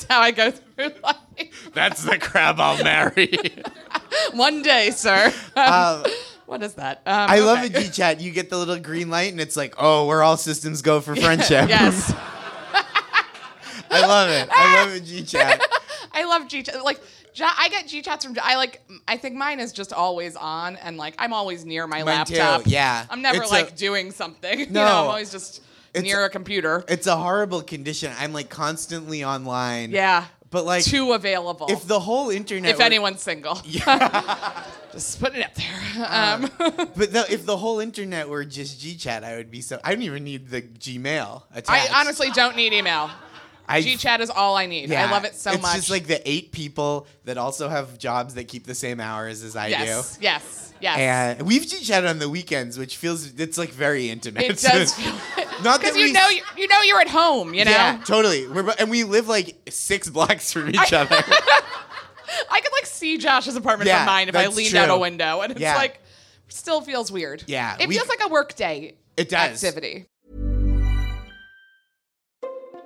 [SPEAKER 12] how I go through life.
[SPEAKER 13] That's the crab I'll marry.
[SPEAKER 12] One day, sir.
[SPEAKER 13] Um,
[SPEAKER 12] what is that? Um,
[SPEAKER 13] I love
[SPEAKER 12] okay.
[SPEAKER 13] it, G Chat. You get the little green light, and it's like, oh, we're all systems go for friendship.
[SPEAKER 12] yes.
[SPEAKER 13] I love it. I love it, G Chat.
[SPEAKER 12] I love G chat. Like ja- I get G chats from. I like. I think mine is just always on, and like I'm always near my
[SPEAKER 13] Mine too,
[SPEAKER 12] laptop.
[SPEAKER 13] yeah.
[SPEAKER 12] I'm never
[SPEAKER 13] It's a-
[SPEAKER 12] like doing something. you know,
[SPEAKER 13] No.
[SPEAKER 12] I'm always just near a computer.
[SPEAKER 13] It's a horrible condition. I'm like constantly online.
[SPEAKER 12] yeah.
[SPEAKER 13] But like
[SPEAKER 12] too available.
[SPEAKER 13] If the whole internet,
[SPEAKER 12] if
[SPEAKER 13] were-
[SPEAKER 12] anyone's single, just putting it up there. Um,
[SPEAKER 13] but the, if the whole internet were just GChat, I would be so. I don't even need the Gmail. Attached.
[SPEAKER 12] I honestly don't need email.
[SPEAKER 13] I-
[SPEAKER 12] G chat is all I need. I
[SPEAKER 13] Yeah.
[SPEAKER 12] love it so
[SPEAKER 13] it's
[SPEAKER 12] much.
[SPEAKER 13] just like the eight people that also have jobs that keep the same hours as I
[SPEAKER 12] yes,
[SPEAKER 13] do.
[SPEAKER 12] yes, yes.
[SPEAKER 13] And we've G chatted on the weekends, which feels it's like very intimate.
[SPEAKER 12] it does feel
[SPEAKER 13] Not that
[SPEAKER 12] because you
[SPEAKER 13] we-
[SPEAKER 12] know you, you know you're at home. You know.
[SPEAKER 13] Yeah, totally. We're, bo- and we live like six blocks from each other.
[SPEAKER 12] I could like see Josh's apartment
[SPEAKER 13] Yeah,
[SPEAKER 12] from mine if I
[SPEAKER 13] that's
[SPEAKER 12] leaned
[SPEAKER 13] true.
[SPEAKER 12] out a window, and it's
[SPEAKER 13] Yeah.
[SPEAKER 12] like still feels weird.
[SPEAKER 13] Yeah,
[SPEAKER 12] it
[SPEAKER 13] we-
[SPEAKER 12] feels like a work day.
[SPEAKER 13] It does.
[SPEAKER 12] activity.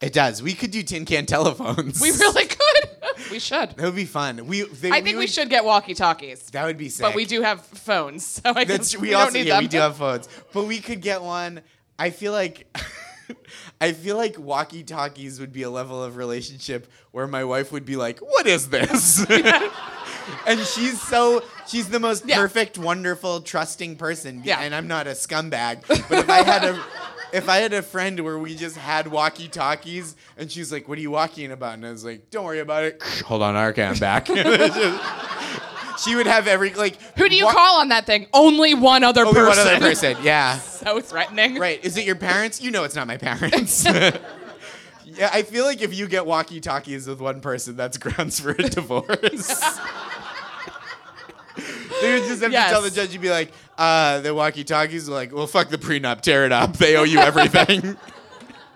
[SPEAKER 13] It does. We could do tin can telephones.
[SPEAKER 12] We really could. we should.
[SPEAKER 13] That would be fun. We. They,
[SPEAKER 12] I think we,
[SPEAKER 13] would-
[SPEAKER 12] should get walkie talkies.
[SPEAKER 13] That would be sick.
[SPEAKER 12] But we do have phones, so I
[SPEAKER 13] That's,
[SPEAKER 12] guess
[SPEAKER 13] we,
[SPEAKER 12] we,
[SPEAKER 13] also
[SPEAKER 12] don't need
[SPEAKER 13] yeah,
[SPEAKER 12] them.
[SPEAKER 13] we do have phones, but we could get one. I feel like. I feel like walkie talkies would be a level of relationship where my wife would be like, "What is this?" and she's so she's the most perfect, wonderful, trusting person. Yeah. and I'm not a scumbag. But if I had a if I had a friend where we just had walkie talkies, and she's like, "What are you walking about?" and I was like, "Don't worry about it." Hold on, Arcan, I'm back. she would have every like.
[SPEAKER 12] Who do you call on that thing? Only one other
[SPEAKER 13] Only
[SPEAKER 12] person.
[SPEAKER 13] one other person. Yeah.
[SPEAKER 12] so threatening.
[SPEAKER 13] Right. Is it your parents? You know it's not my parents. yeah, I feel like if you get walkie talkies with one person, that's grounds for a divorce. They would just have to tell the judge, you'd be like, uh, the walkie talkies are like, well, fuck the prenup, tear it up. They owe you everything.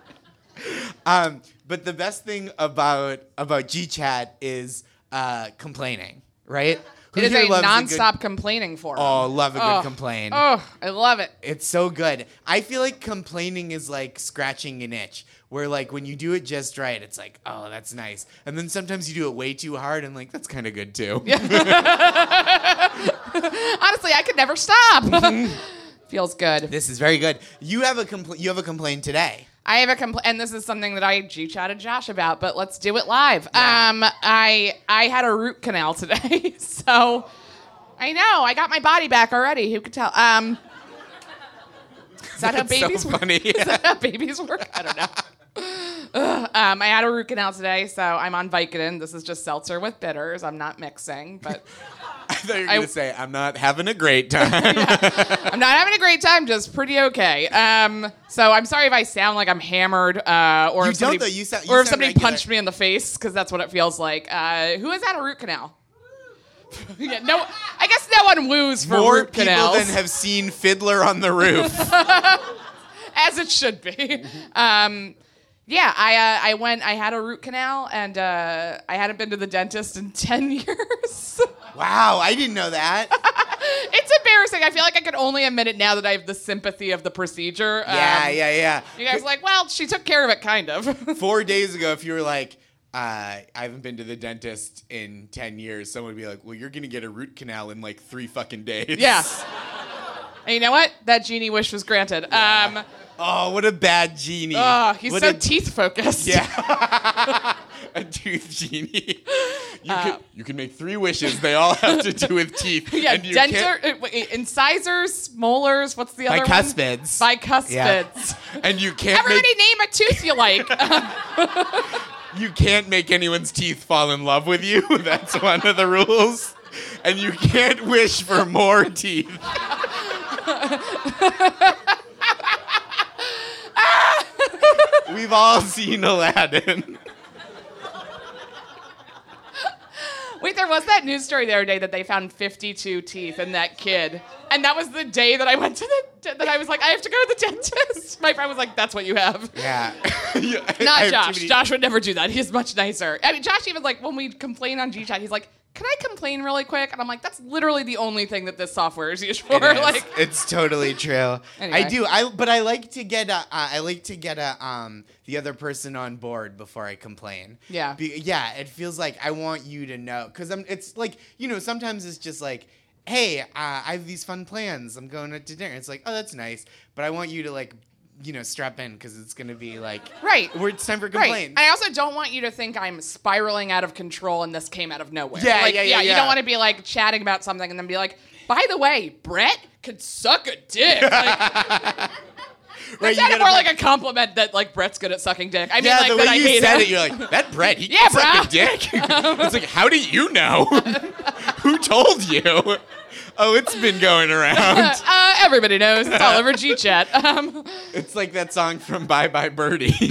[SPEAKER 13] um, but the best thing about about GChat is uh, complaining, right? Who
[SPEAKER 12] It is
[SPEAKER 13] here
[SPEAKER 12] a
[SPEAKER 13] loves good-
[SPEAKER 12] nonstop complaining forum.
[SPEAKER 13] Oh, love a good
[SPEAKER 12] Oh,
[SPEAKER 13] complain.
[SPEAKER 12] Oh, I love it.
[SPEAKER 13] It's so good. I feel like complaining is like scratching an itch, where like when you do it just right, it's like, oh, that's nice. And then sometimes you do it way too hard, and like that's kind of good too.
[SPEAKER 12] Honestly, I could never stop. Feels good.
[SPEAKER 13] This is very good. You have a compl- you have a complaint today.
[SPEAKER 12] I have a complaint, and this is something that I G chatted Josh about, but let's do it live. Um, I I had a root canal today, so I know I got my body back already. Who could tell? Um, is that how
[SPEAKER 13] That's so
[SPEAKER 12] babies work?
[SPEAKER 13] funny.
[SPEAKER 12] Is that how babies work? I don't know. Ugh, um, I had a root canal today, so I'm on Vicodin. This is just seltzer with bitters. I'm not mixing, but
[SPEAKER 13] I thought you were
[SPEAKER 12] I-
[SPEAKER 13] gonna say I'm not having a great time.
[SPEAKER 12] I'm not having a great time. Just pretty okay. Um, so I'm sorry if I sound like I'm hammered, uh, or
[SPEAKER 13] You
[SPEAKER 12] if
[SPEAKER 13] don't,
[SPEAKER 12] somebody,
[SPEAKER 13] though. You sound- you
[SPEAKER 12] or if
[SPEAKER 13] sound
[SPEAKER 12] somebody
[SPEAKER 13] regular.
[SPEAKER 12] punched me in the face because that's what it feels like. Uh, who has had a root canal? yeah, no, I guess no one woos for
[SPEAKER 13] More
[SPEAKER 12] root
[SPEAKER 13] people
[SPEAKER 12] canals.
[SPEAKER 13] than have seen Fiddler on the Roof. Mm-hmm.
[SPEAKER 12] As it should be. Um, Yeah, I uh, I went. I had a root canal, and uh, I hadn't been to the dentist in ten years.
[SPEAKER 13] Wow, I didn't know that.
[SPEAKER 12] it's embarrassing. I feel like I can only admit it now that I have the sympathy of the procedure.
[SPEAKER 13] Yeah,
[SPEAKER 12] Um,
[SPEAKER 13] yeah, yeah.
[SPEAKER 12] You guys are like, well, she took care of it, kind of.
[SPEAKER 13] Four days ago, if you were like, uh, I haven't been to the dentist in 10 years, someone would be like, well, you're going to get a root canal in like three fucking days.
[SPEAKER 12] Yeah. and you know what? That genie wish was granted. Um,
[SPEAKER 13] Oh, what a bad genie.
[SPEAKER 12] oh, he's
[SPEAKER 13] What
[SPEAKER 12] so
[SPEAKER 13] a-
[SPEAKER 12] teeth focused.
[SPEAKER 13] Yeah. a tooth genie. You, can, you can make three wishes. They all have to do with teeth.
[SPEAKER 12] Uh, Yeah,
[SPEAKER 13] and you
[SPEAKER 12] dental,
[SPEAKER 13] can't-
[SPEAKER 12] uh, wait, incisors, molars. What's the other
[SPEAKER 13] Bicuspids.
[SPEAKER 12] one? Bicuspids.
[SPEAKER 13] Yeah. And you can't
[SPEAKER 12] Everybody
[SPEAKER 13] make
[SPEAKER 12] name a tooth you like. Um,
[SPEAKER 13] you can't make anyone's teeth fall in love with you. That's one of the rules. And you can't wish for more teeth. We've all seen Aladdin.
[SPEAKER 12] Wait, there was that news story the other day that they found 52 teeth in that kid. And that was the day that I went to the, that I was like, I have to go to the dentist. My friend was like, that's what you have.
[SPEAKER 13] Yeah.
[SPEAKER 12] Not
[SPEAKER 13] I have too
[SPEAKER 12] Josh.
[SPEAKER 13] many-
[SPEAKER 12] Josh would never do that. He's much nicer. I mean, Josh even like when we complain on GChat, he's like, "Can I complain really quick?" And I'm like, "That's literally the only thing that this software is used for."
[SPEAKER 13] It is.
[SPEAKER 12] Like,
[SPEAKER 13] it's totally true. I
[SPEAKER 12] Anyway.
[SPEAKER 13] do. I but I like to get a. Uh, I like to get a um the other person on board before I complain.
[SPEAKER 12] Yeah.
[SPEAKER 13] Be, yeah. It feels like I want you to know because I'm. It's like you know sometimes it's just like. Hey, uh, I have these fun plans. I'm going out to dinner. It's like, oh, that's nice, but I want you to like, you know, strap in because it's gonna be like,
[SPEAKER 12] right.
[SPEAKER 13] We're, it's time for
[SPEAKER 12] Right.
[SPEAKER 13] complaints.
[SPEAKER 12] I also don't want you to think I'm spiraling out of control and this came out of nowhere.
[SPEAKER 13] Yeah,
[SPEAKER 12] like,
[SPEAKER 13] yeah, yeah,
[SPEAKER 12] You
[SPEAKER 13] yeah.
[SPEAKER 12] don't want to be like chatting about something and then be like, by the way, Brett could suck a dick. Like, that sounded more like a compliment that like Brett's good at sucking dick. I mean,
[SPEAKER 13] yeah,
[SPEAKER 12] like
[SPEAKER 13] the
[SPEAKER 12] that
[SPEAKER 13] way
[SPEAKER 12] I
[SPEAKER 13] you
[SPEAKER 12] hate
[SPEAKER 13] said
[SPEAKER 12] him.
[SPEAKER 13] it, you're like, that Brett, he
[SPEAKER 12] Yeah,
[SPEAKER 13] yeah, sucked a
[SPEAKER 12] bruh.
[SPEAKER 13] dick. it's like, how do you know? Who told you? Oh, it's been going around.
[SPEAKER 12] uh, everybody knows. It's all over GChat. Um,
[SPEAKER 13] It's like that song from Bye Bye Birdie.
[SPEAKER 12] wait,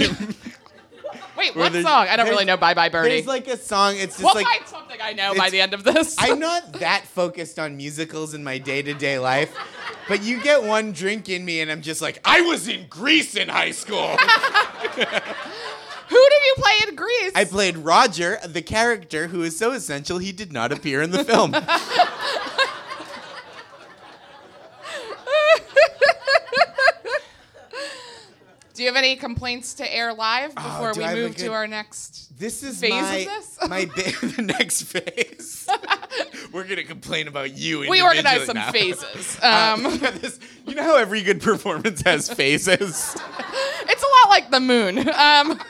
[SPEAKER 13] Where
[SPEAKER 12] what
[SPEAKER 13] there's-
[SPEAKER 12] song? I don't really
[SPEAKER 13] there's-
[SPEAKER 12] know Bye Bye Birdie.
[SPEAKER 13] There's like a song. It's just
[SPEAKER 12] we'll
[SPEAKER 13] like
[SPEAKER 12] find something I know by
[SPEAKER 13] it's-
[SPEAKER 12] the end of this.
[SPEAKER 13] I'm not that focused on musicals in my day to day life, but you get one drink in me, and I'm just like, I was in Greece in high school.
[SPEAKER 12] Who did you play in Greece?
[SPEAKER 13] I played Roger, the character who is so essential he did not appear in the film.
[SPEAKER 12] Do you have any complaints to air live before
[SPEAKER 13] Ah, do
[SPEAKER 12] we
[SPEAKER 13] I have a
[SPEAKER 12] move
[SPEAKER 13] good-
[SPEAKER 12] to our next?
[SPEAKER 13] This is
[SPEAKER 12] phase
[SPEAKER 13] my
[SPEAKER 12] of this?
[SPEAKER 13] my bi- the next phase. We're gonna complain about you.
[SPEAKER 12] We organized
[SPEAKER 13] individually
[SPEAKER 12] some
[SPEAKER 13] now.
[SPEAKER 12] phases.
[SPEAKER 13] Uh,
[SPEAKER 12] Um,
[SPEAKER 13] this- you know how every good performance has phases.
[SPEAKER 12] it's a lot like the moon. Um,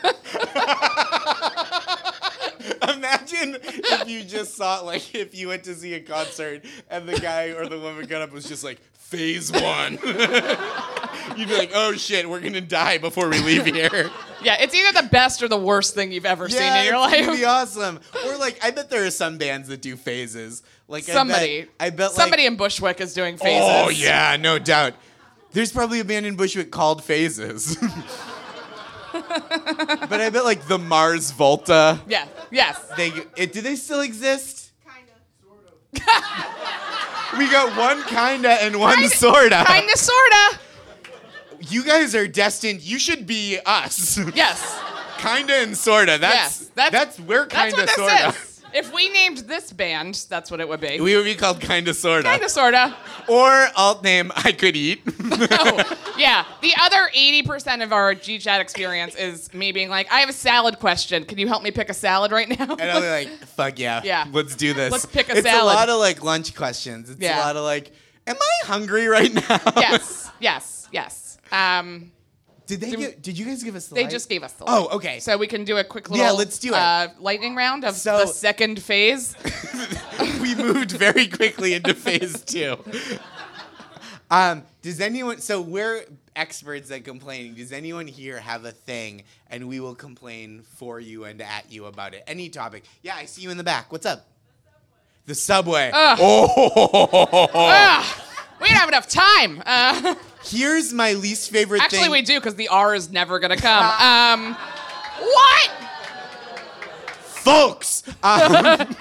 [SPEAKER 13] Imagine if you just saw like if you went to see a concert and the guy or the woman got up and was just like phase one. You'd be like, oh shit, we're gonna die before we leave here.
[SPEAKER 12] yeah, it's either the best or the worst thing you've ever seen in your
[SPEAKER 13] it's gonna
[SPEAKER 12] life.
[SPEAKER 13] be awesome. Or like, I bet there are some bands that do phases. Like I bet-
[SPEAKER 12] Somebody,
[SPEAKER 13] I bet, like-
[SPEAKER 12] somebody in Bushwick is doing phases.
[SPEAKER 13] Oh yeah, no doubt. There's probably a band in Bushwick called Phases. but I bet like the Mars Volta.
[SPEAKER 12] yeah, yes.
[SPEAKER 13] They it, do they still exist? Kinda, sort of. we got one kinda and one sorta.
[SPEAKER 12] Kinda, sorta.
[SPEAKER 13] You guys are destined. You should be us.
[SPEAKER 12] Yes.
[SPEAKER 13] kinda and sorta. That's
[SPEAKER 12] Yes,
[SPEAKER 13] that's, we're
[SPEAKER 12] That's
[SPEAKER 13] kinda
[SPEAKER 12] what this
[SPEAKER 13] sorta.
[SPEAKER 12] is. If we named this band, that's what it would be.
[SPEAKER 13] We would be called kinda sorta.
[SPEAKER 12] Kinda, sorta.
[SPEAKER 13] Or alt name I could eat.
[SPEAKER 12] Yeah. The other 80% of our G chat experience is me being like, I have a salad question. Can you help me pick a salad right now?
[SPEAKER 13] And I'll be like, fuck yeah.
[SPEAKER 12] Yeah.
[SPEAKER 13] Let's do this.
[SPEAKER 12] Let's pick a
[SPEAKER 13] it's
[SPEAKER 12] salad.
[SPEAKER 13] a lot of like lunch questions. It's
[SPEAKER 12] Yeah.
[SPEAKER 13] a lot of like, am I hungry right now?
[SPEAKER 12] yes, yes, yes. Um,
[SPEAKER 13] Did they give, did you guys give us the
[SPEAKER 12] they
[SPEAKER 13] light?
[SPEAKER 12] just gave us the
[SPEAKER 13] Oh,
[SPEAKER 12] light.
[SPEAKER 13] okay.
[SPEAKER 12] So we can do a quick little
[SPEAKER 13] Yeah, let's do it.
[SPEAKER 12] Uh, lightning round of
[SPEAKER 13] So-
[SPEAKER 12] the second phase.
[SPEAKER 13] we moved very quickly into phase two. Um, does anyone so we're experts at complaining. Does anyone here have a thing and we will complain for you and at you about it? Any topic. Yeah, I see you in the back. What's up? The subway.
[SPEAKER 12] Ugh.
[SPEAKER 13] Oh.
[SPEAKER 12] Ugh, we don't have enough time. Uh,
[SPEAKER 13] Here's my least favorite
[SPEAKER 12] actually,
[SPEAKER 13] thing.
[SPEAKER 12] we do because the R is never going to come. Um, what?
[SPEAKER 13] folks. Um,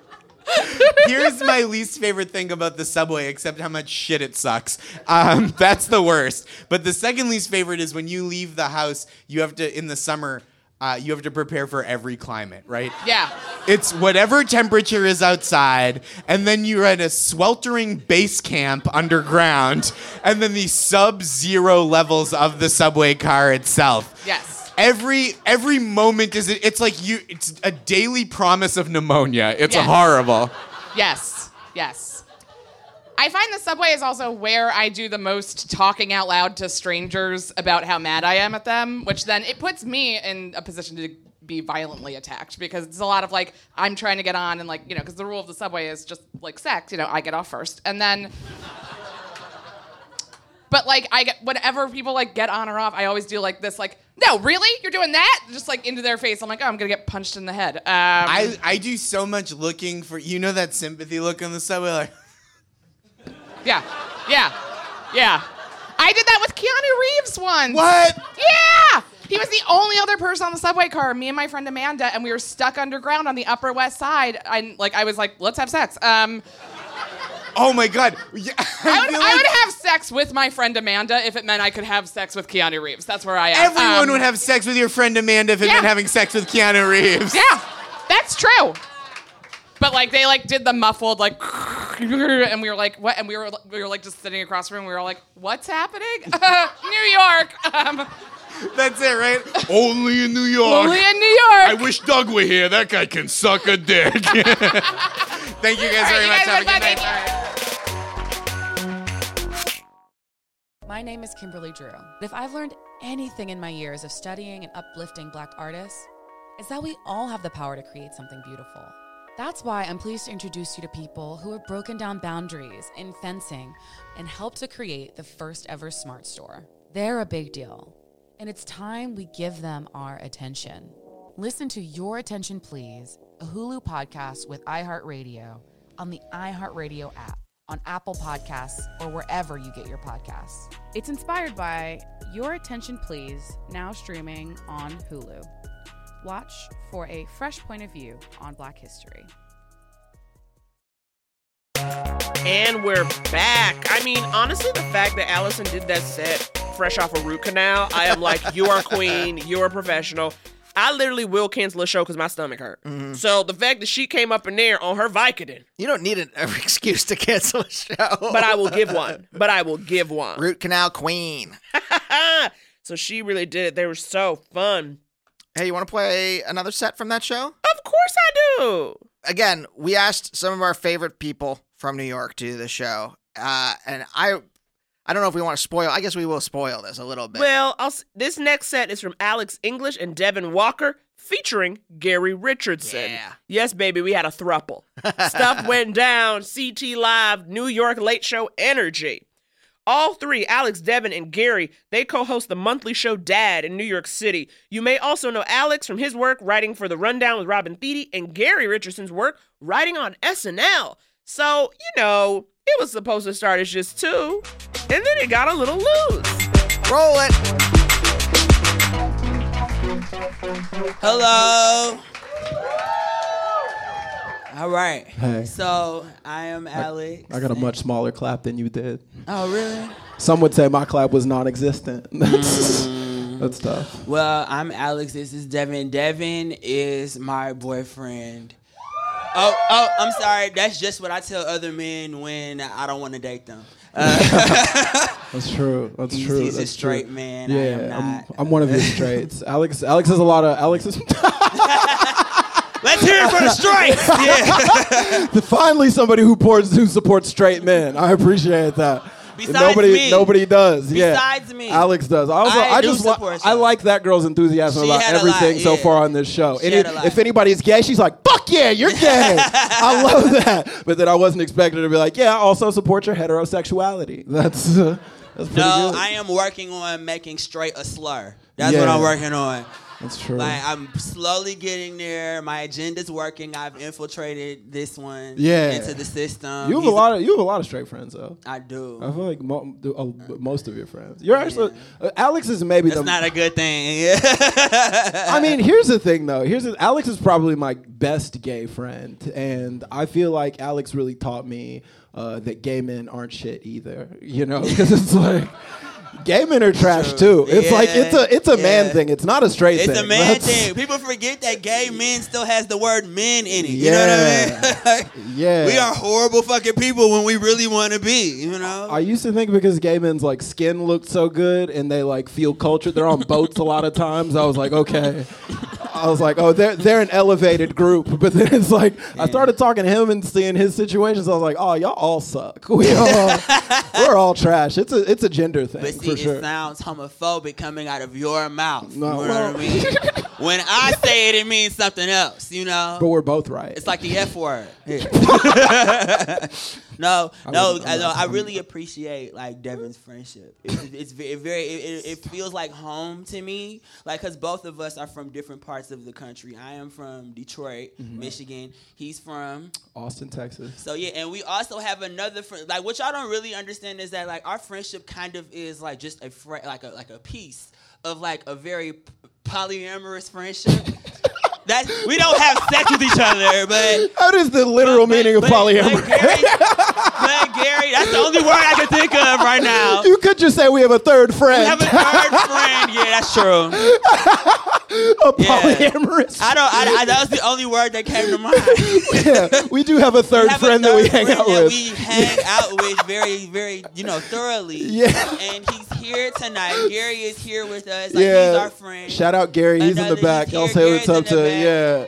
[SPEAKER 13] Here's my least favorite thing about the subway, except how much shit it sucks. Um, that's the worst. But the second least favorite is when you leave the house, you have to, in the summer, uh, you have to prepare for every climate, right?
[SPEAKER 12] Yeah.
[SPEAKER 13] It's whatever temperature is outside, and then you're at a sweltering base camp underground, and then the sub zero levels of the subway car itself.
[SPEAKER 12] Yes.
[SPEAKER 13] Every every moment is it's like you it's a daily promise of pneumonia. It's
[SPEAKER 12] Yes.
[SPEAKER 13] horrible.
[SPEAKER 12] Yes. Yes. I find the subway is also where I do the most talking out loud to strangers about how mad I am at them, which then it puts me in a position to be violently attacked because it's a lot of like I'm trying to get on and like, you know, because the rule of the subway is just like sex, you know, I get off first. And then But like I get whenever people like get on or off, I always do like this like, "No, really? You're doing that?" Just like into their face. I'm like, "Oh, I'm going to get punched in the head." Um,
[SPEAKER 13] I, I do so much looking for you know that sympathy look on the subway like
[SPEAKER 12] Yeah, yeah, yeah. I did that with Keanu Reeves once.
[SPEAKER 13] What?
[SPEAKER 12] Yeah! He was the only other person on the subway car, me and my friend Amanda, and we were stuck underground on the Upper West Side. And like, I was like, let's have sex. Um,
[SPEAKER 13] oh my god.
[SPEAKER 12] I, would, I would have sex with my friend Amanda if it meant I could have sex with Keanu Reeves. That's where I am.
[SPEAKER 13] everyone
[SPEAKER 12] Um,
[SPEAKER 13] would have sex with your friend Amanda if it meant
[SPEAKER 12] Yeah.
[SPEAKER 13] having sex with Keanu Reeves.
[SPEAKER 12] Yeah, that's true. But like they like did the muffled like, and we were like what? And we were we were like just sitting across the room. We were all like, what's happening? New York. Um,
[SPEAKER 13] That's it, right? Only in New York.
[SPEAKER 12] Only in New York.
[SPEAKER 13] I wish Doug were here. That guy can suck a dick. Thank you guys very much. Have a good night.
[SPEAKER 14] My name is Kimberly Drew. If I've learned anything in my years of studying and uplifting Black artists, it's that we all have the power to create something beautiful. That's why I'm pleased to introduce you to people who have broken down boundaries in fencing and helped to create the first ever smart store. They're a big deal, and it's time we give them our attention. Listen to Your Attention Please, a Hulu podcast with iHeartRadio on the iHeartRadio app, on Apple Podcasts, or wherever you get your podcasts.
[SPEAKER 15] It's inspired by Your Attention Please, now streaming on Hulu. Watch for a fresh point of view on Black history.
[SPEAKER 7] And we're back. I mean, honestly, the fact that Allison did that set fresh off a root canal, I am like, you are a queen, you're a professional. I literally will cancel a show because my stomach hurt.
[SPEAKER 10] Mhm.
[SPEAKER 7] So the fact that she came up in there on her Vicodin,
[SPEAKER 10] You don't need an excuse to cancel a show. But
[SPEAKER 7] I will give one. But I will give one.
[SPEAKER 10] Root Canal Queen.
[SPEAKER 7] so she really did it. They were so fun.
[SPEAKER 10] Hey, you want to play another set from that show?
[SPEAKER 7] Of course I do.
[SPEAKER 10] Again, we asked some of our favorite people from New York to do the show, uh, and I, I don't know if we want to spoil. I guess we will spoil this a little bit.
[SPEAKER 7] Well, I'll, s- this next set is from Alex English and Devin Walker featuring Gary Richardson. Yes, baby, we had a thruple. Stuff went down, CT Live, New York Late Show Energy. All three, Alex, Devin, and Gary, they co host the monthly show Dad in New York City. You may also know Alex from his work writing for The Rundown with Robin Thede and Gary Richardson's work writing on SNL. So, you know, it was supposed to start as just two, and then it got a little loose.
[SPEAKER 10] Roll it.
[SPEAKER 16] Hello. All right.
[SPEAKER 17] Hey.
[SPEAKER 16] So I am Alex.
[SPEAKER 17] I got a much smaller clap than you did.
[SPEAKER 16] Oh, really?
[SPEAKER 17] Some would say my clap was non-existent. That's,
[SPEAKER 16] Mm.
[SPEAKER 17] that's tough.
[SPEAKER 16] Well, I'm Alex. This is Devin. Devin is my boyfriend. Oh, oh, I'm sorry. That's just what I tell other men when I don't want to date them. Uh,
[SPEAKER 17] That's true. That's
[SPEAKER 16] He's-
[SPEAKER 17] true.
[SPEAKER 16] he's a
[SPEAKER 17] That's true.
[SPEAKER 16] straight man. I
[SPEAKER 17] Yeah,
[SPEAKER 16] am
[SPEAKER 17] I'm, I'm one of his traits. Alex. Alex has a lot of. Alex is.
[SPEAKER 16] Let's hear it for the straights. Yeah.
[SPEAKER 17] Finally, somebody who supports who supports straight men. I appreciate that.
[SPEAKER 16] Besides
[SPEAKER 17] nobody,
[SPEAKER 16] me.
[SPEAKER 17] nobody does.
[SPEAKER 16] Besides
[SPEAKER 17] yeah.
[SPEAKER 16] me.
[SPEAKER 17] Alex does. I also,
[SPEAKER 16] I
[SPEAKER 17] I,
[SPEAKER 16] do
[SPEAKER 17] just, li-
[SPEAKER 16] support
[SPEAKER 17] I like that girl's enthusiasm
[SPEAKER 16] She
[SPEAKER 17] about
[SPEAKER 16] had a
[SPEAKER 17] everything
[SPEAKER 16] lot,
[SPEAKER 17] so
[SPEAKER 16] yeah.
[SPEAKER 17] far on this show.
[SPEAKER 16] She
[SPEAKER 17] And
[SPEAKER 16] had
[SPEAKER 17] it-
[SPEAKER 16] a lot.
[SPEAKER 17] if anybody's gay, she's like, "Fuck yeah, you're gay." I love that. But then I wasn't expecting her to be like, "Yeah, I also support your heterosexuality." That's uh, that's pretty
[SPEAKER 16] no,
[SPEAKER 17] good.
[SPEAKER 16] I am working on making straight a slur. That's what
[SPEAKER 17] Yeah.
[SPEAKER 16] I'm working on.
[SPEAKER 17] That's true.
[SPEAKER 16] Like I'm slowly getting there. My agenda's working. I've infiltrated this one
[SPEAKER 17] yeah.
[SPEAKER 16] into the system.
[SPEAKER 17] You have a
[SPEAKER 16] He's-
[SPEAKER 17] lot of you have a lot of straight friends though.
[SPEAKER 16] I do.
[SPEAKER 17] I feel like mo- do- uh, b- most of your friends. You're actually uh, Alex is maybe
[SPEAKER 16] That's
[SPEAKER 17] the.
[SPEAKER 16] not a good thing. Yeah.
[SPEAKER 17] I mean, here's the thing though. Here's the, Alex is probably my best gay friend, and I feel like Alex really taught me uh, that gay men aren't shit either. You know, because it's like. Gay men are trash too. It's like
[SPEAKER 16] Yeah.
[SPEAKER 17] it's a it's a man
[SPEAKER 16] Yeah.
[SPEAKER 17] thing. It's not a straight
[SPEAKER 16] It's
[SPEAKER 17] thing.
[SPEAKER 16] a man
[SPEAKER 17] Let's-
[SPEAKER 16] thing. People forget that gay men still has the word men in it. You know
[SPEAKER 17] Yeah.
[SPEAKER 16] what I mean?
[SPEAKER 17] Yeah.
[SPEAKER 16] We are horrible fucking people when we really want to be. You know.
[SPEAKER 17] I used to think because gay men's like skin looked so good and they like feel cultured, they're on boats a lot of times. I was like, okay. I was like, oh, they're they're an elevated group. But then it's like I started talking to him and seeing his situations. I was like, oh, y'all all suck. We all we're all trash. It's a it's a gender thing
[SPEAKER 16] But see,
[SPEAKER 17] for sure.
[SPEAKER 16] it sounds homophobic coming out of your mouth.
[SPEAKER 17] No,
[SPEAKER 16] you know
[SPEAKER 17] well-
[SPEAKER 16] what I mean? when I say it, it means something else, you know?
[SPEAKER 17] But we're both right.
[SPEAKER 16] It's like the F word. Yeah. no,
[SPEAKER 17] I
[SPEAKER 16] no,
[SPEAKER 17] wouldn't-
[SPEAKER 16] I, no, I really appreciate like Devin's friendship. It, it's ve- it very, it, it, it feels like home to me. Like, cause both of us are from different parts of the country. I am from Detroit,
[SPEAKER 17] Mhm.
[SPEAKER 16] Michigan. He's from
[SPEAKER 17] Austin, Texas.
[SPEAKER 16] so yeah, and we also have another friend. Like what y'all don't really understand is that like our friendship kind of is like just a fr- like a like a piece of like a very p- polyamorous friendship. that we don't have sex with each other, but
[SPEAKER 17] How does the literal meaning of polyamory?
[SPEAKER 16] but Gary, that's the only word I can think of right now.
[SPEAKER 17] You could just say we have a third friend.
[SPEAKER 16] We have a third friend. Yeah, that's true.
[SPEAKER 17] a polyamorous.
[SPEAKER 16] I don't. I, I, that was the only word that came to mind.
[SPEAKER 17] yeah, we do have a third friend that we hang out
[SPEAKER 16] that
[SPEAKER 17] with.
[SPEAKER 16] we hang out with very, very, you know, thoroughly.
[SPEAKER 17] Yeah.
[SPEAKER 16] And he's here tonight. Gary is here with us. Like, he's our friend.
[SPEAKER 17] Shout out Gary. He's in the back. I'll say what's up to yeah.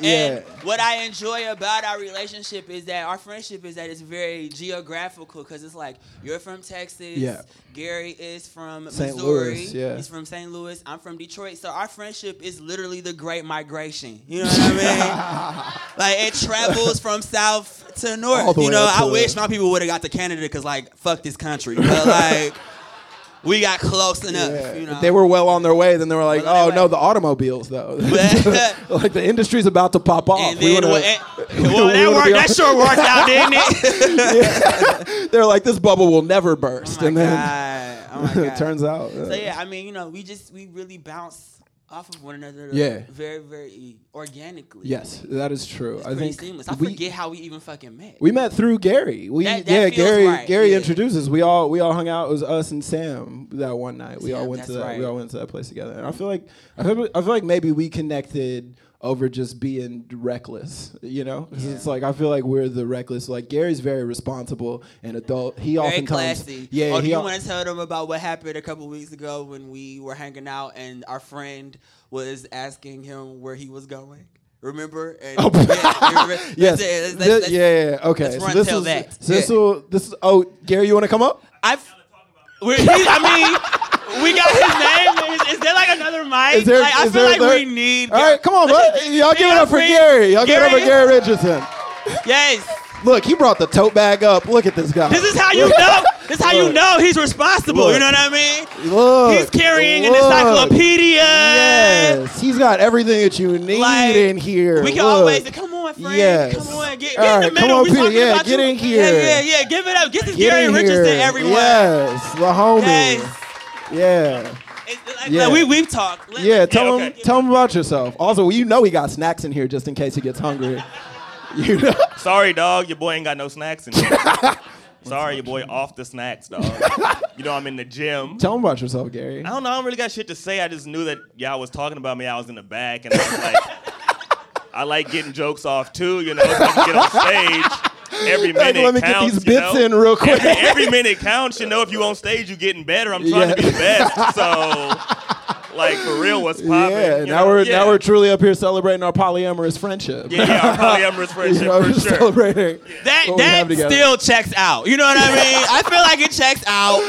[SPEAKER 17] Yeah.
[SPEAKER 16] And what I enjoy about our relationship is that our friendship is that it's very geographical because it's like you're from Texas,
[SPEAKER 17] Yeah.
[SPEAKER 16] Gary is from
[SPEAKER 17] St.
[SPEAKER 16] Missouri,
[SPEAKER 17] Louis, yeah.
[SPEAKER 16] he's from St. Louis, I'm from Detroit. So our friendship is literally the Great Migration. You know what I mean? like it travels from south to
[SPEAKER 17] All
[SPEAKER 16] north.
[SPEAKER 17] the
[SPEAKER 16] You
[SPEAKER 17] way
[SPEAKER 16] know,
[SPEAKER 17] up
[SPEAKER 16] I
[SPEAKER 17] to-
[SPEAKER 16] wish my people would have got to Canada because like fuck this country, but like we got close enough. You know,
[SPEAKER 17] They were well on their way. Then they were like, "Oh no, the automobiles though. like the industry's about to pop off."
[SPEAKER 16] and
[SPEAKER 17] We
[SPEAKER 16] then
[SPEAKER 17] wanna-
[SPEAKER 16] well, and- well,
[SPEAKER 17] we wanna
[SPEAKER 16] that
[SPEAKER 17] be
[SPEAKER 16] worked.
[SPEAKER 17] on-
[SPEAKER 16] That sure worked out, didn't it? Oh,
[SPEAKER 17] They're like, "This bubble will never burst." and then it turns out.
[SPEAKER 16] So
[SPEAKER 17] uh,
[SPEAKER 16] yeah, I mean, you know, we just we really bounce off of one another.
[SPEAKER 17] Yeah.
[SPEAKER 16] Very, very organically.
[SPEAKER 17] Yes, that is true.
[SPEAKER 16] It's
[SPEAKER 17] I
[SPEAKER 16] pretty
[SPEAKER 17] think
[SPEAKER 16] seamless. I
[SPEAKER 17] we-
[SPEAKER 16] forget how we even fucking met.
[SPEAKER 17] We met through Gary. We
[SPEAKER 16] That- that
[SPEAKER 17] yeah,
[SPEAKER 16] feels
[SPEAKER 17] Gary.
[SPEAKER 16] right,
[SPEAKER 17] Gary
[SPEAKER 16] yeah.
[SPEAKER 17] introduced us. We all we all hung out. It was us and Sam that one night. We all
[SPEAKER 16] Sam,
[SPEAKER 17] went to
[SPEAKER 16] that's
[SPEAKER 17] that. We
[SPEAKER 16] right.
[SPEAKER 17] all went to that place together. And I feel like I feel, I feel like maybe we connected over just being reckless. You know, 'Cause it's like I feel like we're the reckless. Like Gary's very responsible and adult. He
[SPEAKER 16] Very
[SPEAKER 17] often
[SPEAKER 16] classy.
[SPEAKER 17] comes. Yeah,
[SPEAKER 16] Oh, do
[SPEAKER 17] he
[SPEAKER 16] you
[SPEAKER 17] al-
[SPEAKER 16] want to tell them about what happened a couple weeks ago when we were hanging out and our friend was asking him where he was going? Remember? And oh,
[SPEAKER 17] yes. Thi- yeah, yeah, yeah. Okay.
[SPEAKER 16] Let's
[SPEAKER 17] so
[SPEAKER 16] run
[SPEAKER 17] this
[SPEAKER 16] till
[SPEAKER 17] is
[SPEAKER 16] that.
[SPEAKER 17] this will this is oh Gary, you want to come up?
[SPEAKER 16] I've. We're, he, I mean, we got his name. Is, is there like another mic?
[SPEAKER 17] Is there,
[SPEAKER 16] like, I
[SPEAKER 17] is
[SPEAKER 16] feel
[SPEAKER 17] there a
[SPEAKER 16] like
[SPEAKER 17] third-
[SPEAKER 16] we need.
[SPEAKER 17] All right, come on, bud. y'all give it up for Gary. Y'all give it up for Gary Richardson.
[SPEAKER 16] Yes.
[SPEAKER 17] Look, he brought the tote bag up. Look at this guy.
[SPEAKER 16] This is how you
[SPEAKER 17] Look.
[SPEAKER 16] know. This is how you
[SPEAKER 17] Look.
[SPEAKER 16] know he's responsible. You know what I mean?
[SPEAKER 17] Look,
[SPEAKER 16] He's carrying an
[SPEAKER 17] look.
[SPEAKER 16] encyclopedia.
[SPEAKER 17] Yes, he's got everything that you need in here.
[SPEAKER 16] We can
[SPEAKER 17] Look.
[SPEAKER 16] always come on, friend.
[SPEAKER 17] Yes.
[SPEAKER 16] Come on, get, get
[SPEAKER 17] All right,
[SPEAKER 16] in the middle.
[SPEAKER 17] Come on
[SPEAKER 16] we
[SPEAKER 17] up here.
[SPEAKER 16] talking
[SPEAKER 17] Yeah,
[SPEAKER 16] about
[SPEAKER 17] get
[SPEAKER 16] you.
[SPEAKER 17] in here.
[SPEAKER 16] Yeah, yeah, yeah. Give it up. Get this
[SPEAKER 17] Get
[SPEAKER 16] Gary
[SPEAKER 17] in
[SPEAKER 16] Richardson
[SPEAKER 17] here.
[SPEAKER 16] everyone.
[SPEAKER 17] Yes, the homie.
[SPEAKER 16] Yes.
[SPEAKER 17] Yeah.
[SPEAKER 16] like, we- we've talked. Let-
[SPEAKER 17] yeah,
[SPEAKER 16] yeah,
[SPEAKER 17] tell him
[SPEAKER 16] okay.
[SPEAKER 17] tell him about yourself. Also, you know we got snacks in here just in case he gets hungry. you know.
[SPEAKER 18] Sorry, dog. Your boy ain't got no snacks in there. Sorry, your boy off the snacks, dog. you know I'm in the gym.
[SPEAKER 17] Tell him about yourself, Gary.
[SPEAKER 18] I don't know. I don't really got shit to say. I just knew that y'all was talking about me. I was in the back, and I was like, I like getting jokes off too. You know, so I can get on stage every minute.
[SPEAKER 17] Like, let me get
[SPEAKER 18] counts,
[SPEAKER 17] these
[SPEAKER 18] you
[SPEAKER 17] bits
[SPEAKER 18] know?
[SPEAKER 17] in real quick.
[SPEAKER 18] Every, every minute counts. You know, if you on stage, you getting better. I'm trying to be
[SPEAKER 17] Yeah.
[SPEAKER 18] the best. So, like for real, what's popping?
[SPEAKER 17] Yeah,
[SPEAKER 18] you
[SPEAKER 17] now
[SPEAKER 18] know?
[SPEAKER 17] we're
[SPEAKER 18] yeah.
[SPEAKER 17] now we're truly up here celebrating our polyamorous friendship.
[SPEAKER 18] Yeah, yeah, our polyamorous friendship
[SPEAKER 17] you know,
[SPEAKER 18] for
[SPEAKER 17] just
[SPEAKER 18] sure.
[SPEAKER 17] Celebrating.
[SPEAKER 16] That
[SPEAKER 17] what we have
[SPEAKER 16] that
[SPEAKER 17] together.
[SPEAKER 16] still checks out. You know what I mean? I feel like it checks out.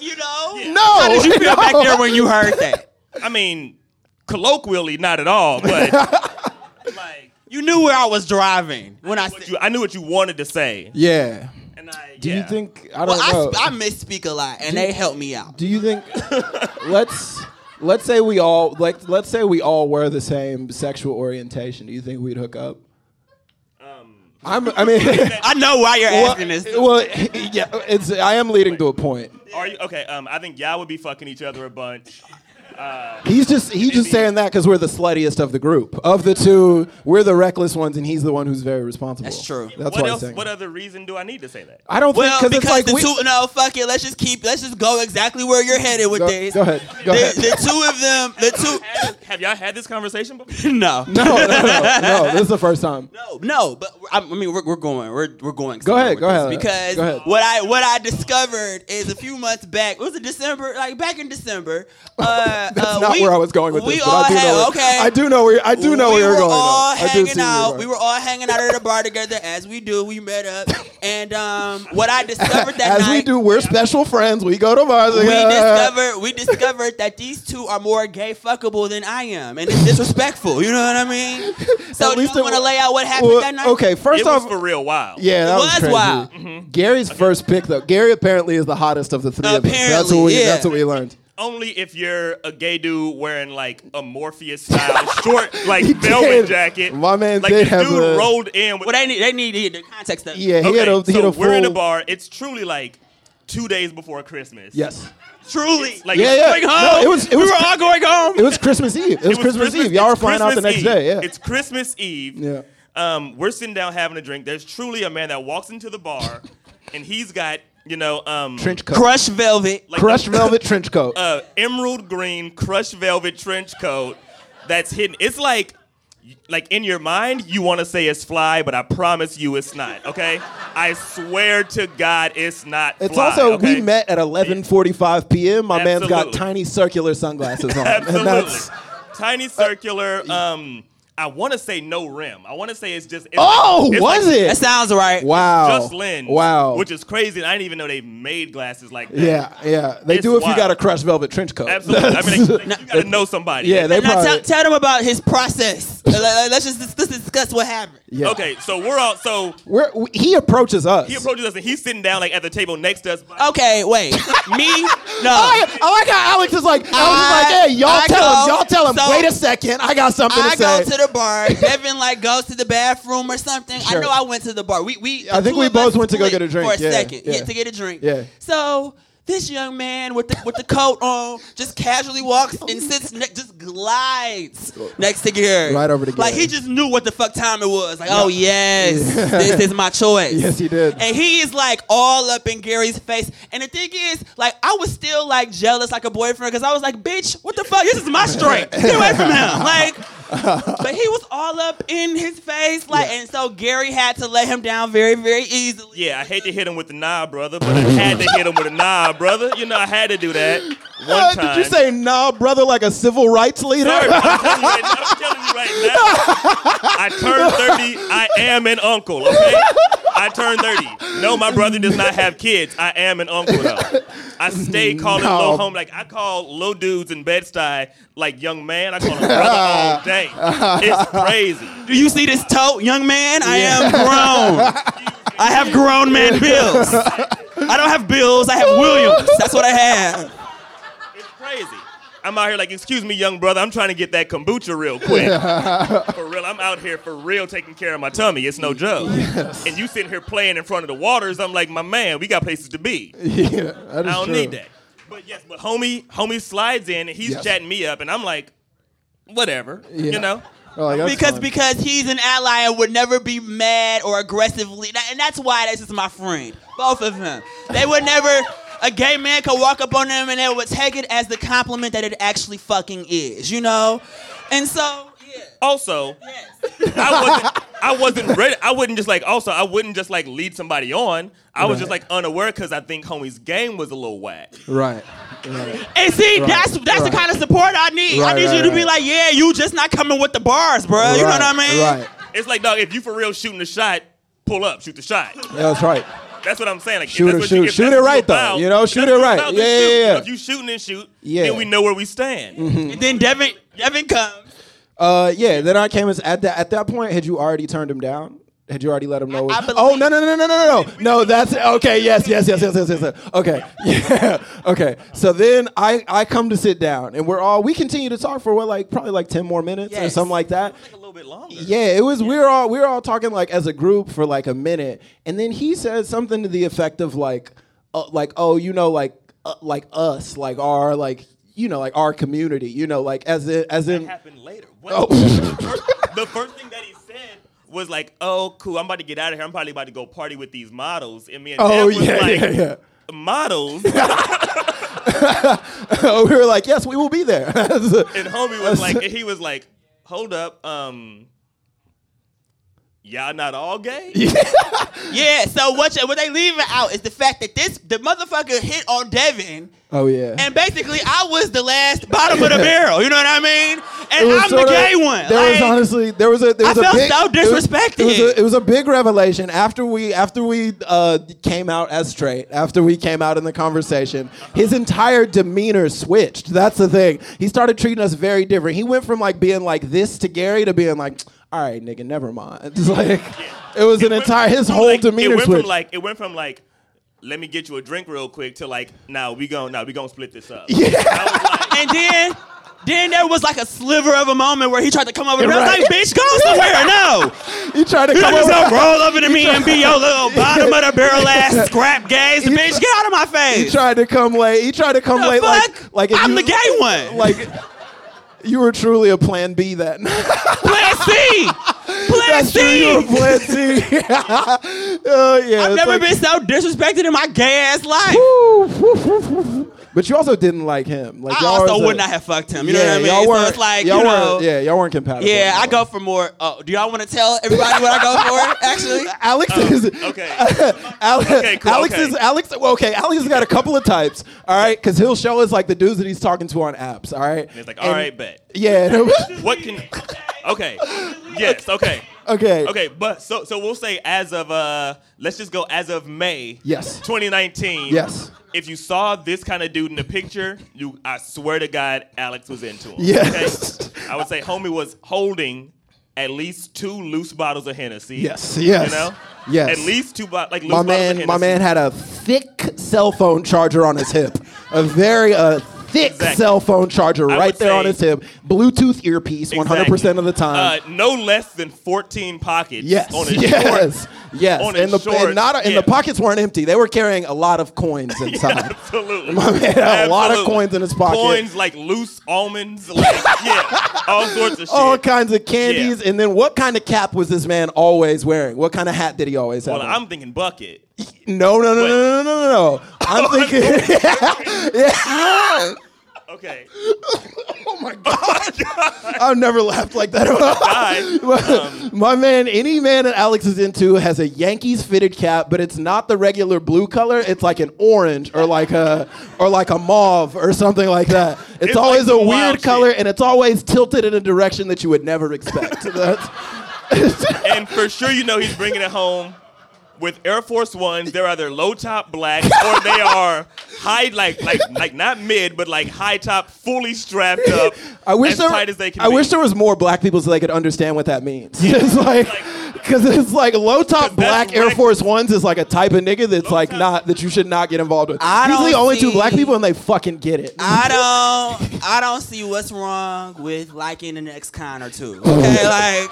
[SPEAKER 16] You know?
[SPEAKER 18] Yeah.
[SPEAKER 16] How did you feel back there when you heard that?
[SPEAKER 18] I mean, colloquially, not at all, but like
[SPEAKER 16] you knew where I was driving when I
[SPEAKER 18] said I knew what you wanted to say.
[SPEAKER 17] Yeah.
[SPEAKER 18] And I,
[SPEAKER 17] Do you think I
[SPEAKER 16] well,
[SPEAKER 17] don't know?
[SPEAKER 16] I, sp- I misspeak a lot, and
[SPEAKER 17] Do-
[SPEAKER 16] they help me out.
[SPEAKER 17] Do you think? let's let's say we all like let's say we all were the same sexual orientation. Do you think we'd hook up? Um, I'm, I mean,
[SPEAKER 16] I know why you're
[SPEAKER 17] Well,
[SPEAKER 16] asking this.
[SPEAKER 17] Well, yeah, it's I am leading to a point.
[SPEAKER 18] Are you okay? Um, I think y'all would be fucking each other a bunch. Uh,
[SPEAKER 17] He's just he's just saying that because we're the sluttiest of the group of the two. We're the reckless ones, and he's the one who's very responsible. That's true. That's
[SPEAKER 18] what
[SPEAKER 17] why
[SPEAKER 18] else?
[SPEAKER 17] I'm saying.
[SPEAKER 18] What other reason do I need to say that?
[SPEAKER 17] I don't think-
[SPEAKER 16] well,
[SPEAKER 17] 'cause it's
[SPEAKER 16] because
[SPEAKER 17] like
[SPEAKER 16] the
[SPEAKER 17] we-
[SPEAKER 16] two. No, fuck it. Let's just keep. Let's just go exactly where you're headed with
[SPEAKER 17] Go-
[SPEAKER 16] this.
[SPEAKER 17] go ahead. Go
[SPEAKER 16] the,
[SPEAKER 17] ahead.
[SPEAKER 16] The two of them. The
[SPEAKER 18] Have y'all had this conversation before?
[SPEAKER 16] two. no.
[SPEAKER 17] No, no, no, no, no. This is the first time.
[SPEAKER 16] No, no, but I, I mean, we're, we're going, we're, we're going.
[SPEAKER 17] Go ahead,
[SPEAKER 16] somewhere
[SPEAKER 17] go
[SPEAKER 16] with this
[SPEAKER 17] ahead.
[SPEAKER 16] Because
[SPEAKER 17] Go ahead.
[SPEAKER 16] what I what I discovered is a few months back. Was it December? Like back in December. Uh,
[SPEAKER 17] Oh, That's
[SPEAKER 16] uh,
[SPEAKER 17] not
[SPEAKER 16] we,
[SPEAKER 17] where I was going with
[SPEAKER 16] we
[SPEAKER 17] this, but
[SPEAKER 16] all
[SPEAKER 17] I do
[SPEAKER 16] had-
[SPEAKER 17] know. Where,
[SPEAKER 16] okay.
[SPEAKER 17] I do know where I do know
[SPEAKER 16] we
[SPEAKER 17] where you're
[SPEAKER 16] were
[SPEAKER 17] going.
[SPEAKER 16] all
[SPEAKER 17] though. I do see
[SPEAKER 16] hanging
[SPEAKER 17] where you're
[SPEAKER 16] out.
[SPEAKER 17] going.
[SPEAKER 16] We were all hanging out at a bar together, as we do. We met up, and um, what I discovered that
[SPEAKER 17] As
[SPEAKER 16] night.
[SPEAKER 17] we do, we're special friends. We go to bars.
[SPEAKER 16] we
[SPEAKER 17] together.
[SPEAKER 16] discovered we discovered that these two are more gay fuckable than I am, and it's disrespectful. You know what I mean? So do you want to lay out what happened
[SPEAKER 17] Well,
[SPEAKER 16] that night?
[SPEAKER 17] okay, first
[SPEAKER 18] It
[SPEAKER 17] off,
[SPEAKER 18] was for real wild. Mm-hmm.
[SPEAKER 17] Yeah, that
[SPEAKER 16] It
[SPEAKER 17] was,
[SPEAKER 16] was
[SPEAKER 17] crazy.
[SPEAKER 16] wild.
[SPEAKER 17] Gary's first pick, though. Gary apparently is the hottest of the three of us. That's what
[SPEAKER 18] Apparently,
[SPEAKER 17] we.
[SPEAKER 18] yeah.
[SPEAKER 17] That's what we learned.
[SPEAKER 18] Only if you're a gay dude wearing like a Morpheus style short like velvet
[SPEAKER 17] did.
[SPEAKER 18] jacket.
[SPEAKER 17] My man
[SPEAKER 18] like
[SPEAKER 17] did
[SPEAKER 18] this
[SPEAKER 17] have
[SPEAKER 18] dude
[SPEAKER 17] a-
[SPEAKER 18] rolled in. With,
[SPEAKER 16] well, they need they need to hear the context of it.
[SPEAKER 17] Yeah, he had a- he
[SPEAKER 18] so
[SPEAKER 17] had a
[SPEAKER 18] we're in a
[SPEAKER 17] full-
[SPEAKER 18] bar. It's truly like two days before Christmas.
[SPEAKER 17] Yes.
[SPEAKER 16] Truly,
[SPEAKER 18] like
[SPEAKER 17] yeah,
[SPEAKER 18] it's
[SPEAKER 17] yeah.
[SPEAKER 18] going
[SPEAKER 17] No,
[SPEAKER 18] home.
[SPEAKER 17] it was. It was.
[SPEAKER 18] we were all going home.
[SPEAKER 17] It was Christmas Eve. It was, Christmas, Eve. Y'all are
[SPEAKER 18] it's
[SPEAKER 17] flying out the
[SPEAKER 18] Christmas
[SPEAKER 17] next
[SPEAKER 18] Eve.
[SPEAKER 17] day. Yeah.
[SPEAKER 18] It's Christmas Eve.
[SPEAKER 17] Yeah.
[SPEAKER 18] Um, we're sitting down having a drink. There's truly a man that walks into the bar, and he's got you know um
[SPEAKER 17] Trench coat.
[SPEAKER 16] Crushed velvet.
[SPEAKER 17] Crushed velvet trench coat.
[SPEAKER 18] uh, emerald green crushed velvet trench coat that's hidden. It's like, like in your mind, you want to say it's fly, but I promise you it's not. Okay, I swear to God, it's not.
[SPEAKER 17] It's
[SPEAKER 18] fly,
[SPEAKER 17] also
[SPEAKER 18] okay?
[SPEAKER 17] we met at 11:45 p.m. My man's got
[SPEAKER 18] Absolutely.
[SPEAKER 17] tiny circular sunglasses on, and
[SPEAKER 18] Absolutely.
[SPEAKER 17] that's Uh,
[SPEAKER 18] Tiny circular. Um, I want to say no rim. I want to say it's just. It's
[SPEAKER 17] Oh,
[SPEAKER 18] it's
[SPEAKER 17] was it? That sounds right. Wow.
[SPEAKER 18] Just lens.
[SPEAKER 17] Wow.
[SPEAKER 18] Which is crazy. and I didn't even know they made glasses like that.
[SPEAKER 17] yeah, yeah. They
[SPEAKER 18] It's
[SPEAKER 17] do if
[SPEAKER 18] wild.
[SPEAKER 17] you got a crushed velvet trench coat.
[SPEAKER 18] Absolutely. I mean, like, like, you gotta know somebody.
[SPEAKER 17] Yeah, they
[SPEAKER 16] now
[SPEAKER 17] probably.
[SPEAKER 16] tell, tell them about his process. Let- let- Let's just dis- let's discuss what happened.
[SPEAKER 17] Yeah.
[SPEAKER 18] Okay, so we're all so
[SPEAKER 17] We're, we, he approaches us.
[SPEAKER 18] He approaches us and he's sitting down like at the table next to us.
[SPEAKER 16] Okay, wait. Me? No.
[SPEAKER 17] I, Oh, I like how Alex is like, Alex is like, hey, y'all
[SPEAKER 16] I
[SPEAKER 17] tell him,
[SPEAKER 16] go-
[SPEAKER 17] y'all tell him.
[SPEAKER 16] so-
[SPEAKER 17] Wait a second, I got something
[SPEAKER 16] I
[SPEAKER 17] to say.
[SPEAKER 16] go to the bar. Devin like goes to the bathroom or something. I
[SPEAKER 17] Sure.
[SPEAKER 16] know I went to the bar. We we.
[SPEAKER 17] I
[SPEAKER 16] the
[SPEAKER 17] think
[SPEAKER 16] two
[SPEAKER 17] we
[SPEAKER 16] of us
[SPEAKER 17] both went to go
[SPEAKER 16] split
[SPEAKER 17] get a drink,
[SPEAKER 16] for a
[SPEAKER 17] yeah,
[SPEAKER 16] second. Yeah.
[SPEAKER 17] yeah.
[SPEAKER 16] to get a drink.
[SPEAKER 17] Yeah.
[SPEAKER 16] So this young man with the with the coat on just casually walks and sits ne- just glides next to Gary.
[SPEAKER 17] Right over to
[SPEAKER 16] Like
[SPEAKER 17] Gary.
[SPEAKER 16] he just knew what the fuck time it was. Like oh yes, this is my choice.
[SPEAKER 17] Yes, he did.
[SPEAKER 16] and he is like all up in Gary's face. And the thing is, like, I was still like jealous, like a boyfriend, because I was like, bitch, what the fuck? This is my strength. Get away from him. Like, but he was all up in his face, like, and so Gary had to let him down very, very easily.
[SPEAKER 18] Yeah, I hate to hit him with the nah, brother, but I had to hit him with a nah, brother. You know, I had to do that one
[SPEAKER 17] Uh,
[SPEAKER 18] time.
[SPEAKER 17] Did you say nah, brother, like a civil rights leader?
[SPEAKER 18] Sorry, but I'm telling you right now- I'm telling you right now, I turned 30. I am an uncle, okay? I turned 30. No, my brother does not have kids. I am an uncle, though. I stay calling
[SPEAKER 17] No.
[SPEAKER 18] low home. Like, I call low dudes in Bed-Stuy, like, young man. I call him brother all day. It's crazy.
[SPEAKER 16] Do you see this tote, young man? I am grown. I have grown man bills. I don't have bills, I have Williams. That's what I have.
[SPEAKER 18] crazy. I'm out here like, excuse me, young brother, I'm trying to get that kombucha real quick. for real, I'm out here for real taking care of my tummy. It's no joke. And you sitting here playing in front of the waters, I'm like, my man, we got places to be.
[SPEAKER 17] yeah,
[SPEAKER 18] I
[SPEAKER 17] that is
[SPEAKER 18] don't
[SPEAKER 17] true.
[SPEAKER 18] need that. But yes, but homie, homie slides in and he's
[SPEAKER 17] Yes.
[SPEAKER 18] chatting me up, and I'm like, whatever,
[SPEAKER 16] Yeah.
[SPEAKER 18] you know.
[SPEAKER 17] Oh, like, that's
[SPEAKER 16] because
[SPEAKER 17] fine.
[SPEAKER 16] because he's an ally and would never be mad or aggressively, tha- and that's why this is my friend. Both of them, they would never. A gay man could walk up on them and they would take it as the compliment that it actually fucking is, you know. And so
[SPEAKER 18] Also, I wasn't I wasn't ready. I wouldn't just like also I wouldn't just like lead somebody on. I was
[SPEAKER 17] Right.
[SPEAKER 18] just like unaware because I think homie's game was a little whack.
[SPEAKER 17] Right. right.
[SPEAKER 16] and see,
[SPEAKER 17] Right,
[SPEAKER 16] that's that's
[SPEAKER 17] right.
[SPEAKER 16] the kind of support I need. I
[SPEAKER 18] Right,
[SPEAKER 16] need
[SPEAKER 18] right,
[SPEAKER 16] you to be
[SPEAKER 18] right.
[SPEAKER 16] like, yeah, you just not coming with the bars, bro. you know what I mean?
[SPEAKER 17] Right.
[SPEAKER 18] It's like, dog, if you for real shooting a shot, pull up, shoot the shot.
[SPEAKER 17] Yeah, that's right.
[SPEAKER 18] That's what I'm saying. Like, if
[SPEAKER 17] Shoot
[SPEAKER 18] that's
[SPEAKER 17] it,
[SPEAKER 18] what
[SPEAKER 17] shoot,
[SPEAKER 18] if
[SPEAKER 17] shoot
[SPEAKER 18] that's
[SPEAKER 17] it
[SPEAKER 18] what
[SPEAKER 17] right
[SPEAKER 18] you're
[SPEAKER 17] though.
[SPEAKER 18] about,
[SPEAKER 17] You know,
[SPEAKER 18] if
[SPEAKER 17] shoot
[SPEAKER 18] that's
[SPEAKER 17] it
[SPEAKER 18] what you're
[SPEAKER 17] right.
[SPEAKER 18] about,
[SPEAKER 17] Yeah,
[SPEAKER 18] then shoot.
[SPEAKER 17] yeah,
[SPEAKER 18] If
[SPEAKER 17] yeah.
[SPEAKER 18] you shooting and shoot,
[SPEAKER 17] Yeah. Mm-hmm.
[SPEAKER 18] then we know where we stand.
[SPEAKER 16] And then Devin Devin comes.
[SPEAKER 17] Uh, yeah. Then I came as at that at that point. Had you already turned him down? Had you already let him know? oh no no no no no no no no! That's okay. Yes yes yes yes yes yes. yes. Okay yeah okay. So then I I come to sit down and we're all we continue to talk for what like probably like ten more minutes or something like that. a little bit longer. Yeah, it was. We were all we were all talking like as a group for like a minute, and then he said something to the effect of like uh, like oh you know like uh, like us like our like you know like our community you know like as in as in Oh.
[SPEAKER 18] happened later. What? The, first, the first thing that he said was like, "Oh, cool. I'm about to get out of here. I'm probably about to go party with these models." And me and
[SPEAKER 17] Oh,
[SPEAKER 18] Dad was
[SPEAKER 17] yeah,
[SPEAKER 18] like,
[SPEAKER 17] yeah, yeah.
[SPEAKER 18] "Models."
[SPEAKER 17] we were like yes we will be there
[SPEAKER 18] and homie was like, and he was like, "Hold up, um, y'all not all gay."
[SPEAKER 16] yeah. So what? you- What they leaving out is the fact that this the motherfucker hit on Devin,
[SPEAKER 17] oh yeah
[SPEAKER 16] and basically I was the last bottom of the barrel. You know what I mean?
[SPEAKER 17] It
[SPEAKER 16] And
[SPEAKER 17] was
[SPEAKER 16] I'm the
[SPEAKER 17] sorta-
[SPEAKER 16] gay one.
[SPEAKER 17] There was
[SPEAKER 16] Like,
[SPEAKER 17] honestly there was a there
[SPEAKER 16] I
[SPEAKER 17] was a
[SPEAKER 16] felt
[SPEAKER 17] big, it was-
[SPEAKER 16] so
[SPEAKER 17] It was,
[SPEAKER 16] disrespected.
[SPEAKER 17] a, it was a big revelation after we after we uh, came out as straight. After we came out in the conversation, his entire demeanor switched. That's the thing. He started treating us very different. He went from like being like this to Gary to being like, all right, nigga, never mind. It's like it was an entire his whole
[SPEAKER 18] it
[SPEAKER 17] demeanor
[SPEAKER 18] went
[SPEAKER 17] switch.
[SPEAKER 18] from like it went from like, "Let me get you a drink real quick" to like, "Now we going now we gonna split this up."
[SPEAKER 16] and then then there was like a sliver of a moment where he tried to come over to me. I was
[SPEAKER 18] Right.
[SPEAKER 16] like, bitch, go somewhere. No.
[SPEAKER 17] You tried to
[SPEAKER 16] you
[SPEAKER 17] come
[SPEAKER 16] don't just
[SPEAKER 17] over-
[SPEAKER 16] don't roll over to me and be your little bottom of the barrel ass scrap gaze, bitch. Get out of my
[SPEAKER 17] he
[SPEAKER 16] face.
[SPEAKER 17] tried to come late. He tried to come
[SPEAKER 16] The
[SPEAKER 17] late.
[SPEAKER 16] fuck?
[SPEAKER 17] Like, like if
[SPEAKER 16] I'm
[SPEAKER 17] you-
[SPEAKER 16] the gay one.
[SPEAKER 17] Like you were truly a Plan B that night.
[SPEAKER 16] Plan C. Plan
[SPEAKER 17] That's true,
[SPEAKER 16] C.
[SPEAKER 17] you were Plan C. Oh, yeah,
[SPEAKER 16] I've
[SPEAKER 17] it's
[SPEAKER 16] never
[SPEAKER 17] like-
[SPEAKER 16] been so disrespected in my gay ass life.
[SPEAKER 17] But you also didn't like him. Like
[SPEAKER 16] I
[SPEAKER 17] y'all
[SPEAKER 16] also
[SPEAKER 17] was a-
[SPEAKER 16] would not have fucked him. You know
[SPEAKER 17] Yeah,
[SPEAKER 16] what I mean?
[SPEAKER 17] y'all
[SPEAKER 16] so
[SPEAKER 17] weren't-
[SPEAKER 16] it's like,
[SPEAKER 17] y'all
[SPEAKER 16] you
[SPEAKER 17] weren't-
[SPEAKER 16] know.
[SPEAKER 17] yeah, y'all weren't compatible.
[SPEAKER 16] Yeah, I go for more. Oh, do y'all want to tell everybody what I go for? Actually,
[SPEAKER 17] Alex is okay. Alex, Alex is Alex. well, Okay, Alex has got a couple of types. All right, because he'll show us like the dudes that he's talking to on apps. All right,
[SPEAKER 18] And it's like, all right, bet.
[SPEAKER 17] Yeah. and it-
[SPEAKER 18] what can? Okay. Yes. Okay.
[SPEAKER 17] Okay.
[SPEAKER 18] Okay. But so so we'll say as of uh let's just go as of May.
[SPEAKER 17] Yes.
[SPEAKER 18] 2019.
[SPEAKER 17] Yes.
[SPEAKER 18] If you saw this kind of dude in the picture, you I swear to God, Alex was into him.
[SPEAKER 17] Yes.
[SPEAKER 18] Okay? I would say homie was holding at least two loose bottles of Hennessy.
[SPEAKER 17] Yes, yes,
[SPEAKER 18] You know.
[SPEAKER 17] yes.
[SPEAKER 18] At least two bottles, like loose
[SPEAKER 17] my
[SPEAKER 18] bottles of
[SPEAKER 17] man,
[SPEAKER 18] Hennessy.
[SPEAKER 17] my man had a thick cell phone charger on his hip. A very uh, thick cell phone charger
[SPEAKER 18] I
[SPEAKER 17] right
[SPEAKER 18] would
[SPEAKER 17] there on
[SPEAKER 18] say-
[SPEAKER 17] his hip. Bluetooth earpiece, one hundred percent of the time.
[SPEAKER 18] Uh, no less than 14 pockets.
[SPEAKER 17] Yes.
[SPEAKER 18] On his
[SPEAKER 17] yes.
[SPEAKER 18] shorts.
[SPEAKER 17] Yes.
[SPEAKER 18] On his
[SPEAKER 17] and the
[SPEAKER 18] shorts.
[SPEAKER 17] and not and the pockets weren't empty. They were carrying a lot of coins inside.
[SPEAKER 18] absolutely.
[SPEAKER 17] My man had a lot of
[SPEAKER 18] Absolutely.
[SPEAKER 17] coins in his pocket.
[SPEAKER 18] Coins like loose almonds, like yeah, all sorts of shit.
[SPEAKER 17] All kinds of candies. And then what kind of cap was this man always wearing? What kind of hat did he always have?
[SPEAKER 18] Well,
[SPEAKER 17] on?
[SPEAKER 18] I'm thinking bucket.
[SPEAKER 17] no, no, no, no, no, no, no, no.
[SPEAKER 18] Oh,
[SPEAKER 17] I'm thinking Yeah.
[SPEAKER 18] Okay.
[SPEAKER 17] oh my god. I've never laughed like that.
[SPEAKER 18] Um,
[SPEAKER 17] my, my man, any man that Alex is into has a Yankees fitted cap, but it's not the regular blue color. It's like an orange or like a or like a mauve or something like that. It's,
[SPEAKER 18] It's
[SPEAKER 17] always
[SPEAKER 18] like
[SPEAKER 17] a
[SPEAKER 18] some wild
[SPEAKER 17] weird color and it's always tilted in a direction that you would never expect. That's-
[SPEAKER 18] and for sure, you know he's bringing it home with Air Force Ones. They're either low top black or they are high, like like like not mid, but like high top, fully strapped up,
[SPEAKER 17] I wish
[SPEAKER 18] as
[SPEAKER 17] there,
[SPEAKER 18] tight as they can
[SPEAKER 17] I
[SPEAKER 18] be.
[SPEAKER 17] wish there was more black people so they could understand what that means. it's like because it's like low top black Air Force Ones is like a type of nigga that's like not that you should not get involved with.
[SPEAKER 16] I
[SPEAKER 17] Usually
[SPEAKER 16] don't
[SPEAKER 17] only two black
[SPEAKER 16] see-
[SPEAKER 17] people and they fucking get it.
[SPEAKER 16] I don't I don't see what's wrong with liking an ex con or two. Okay,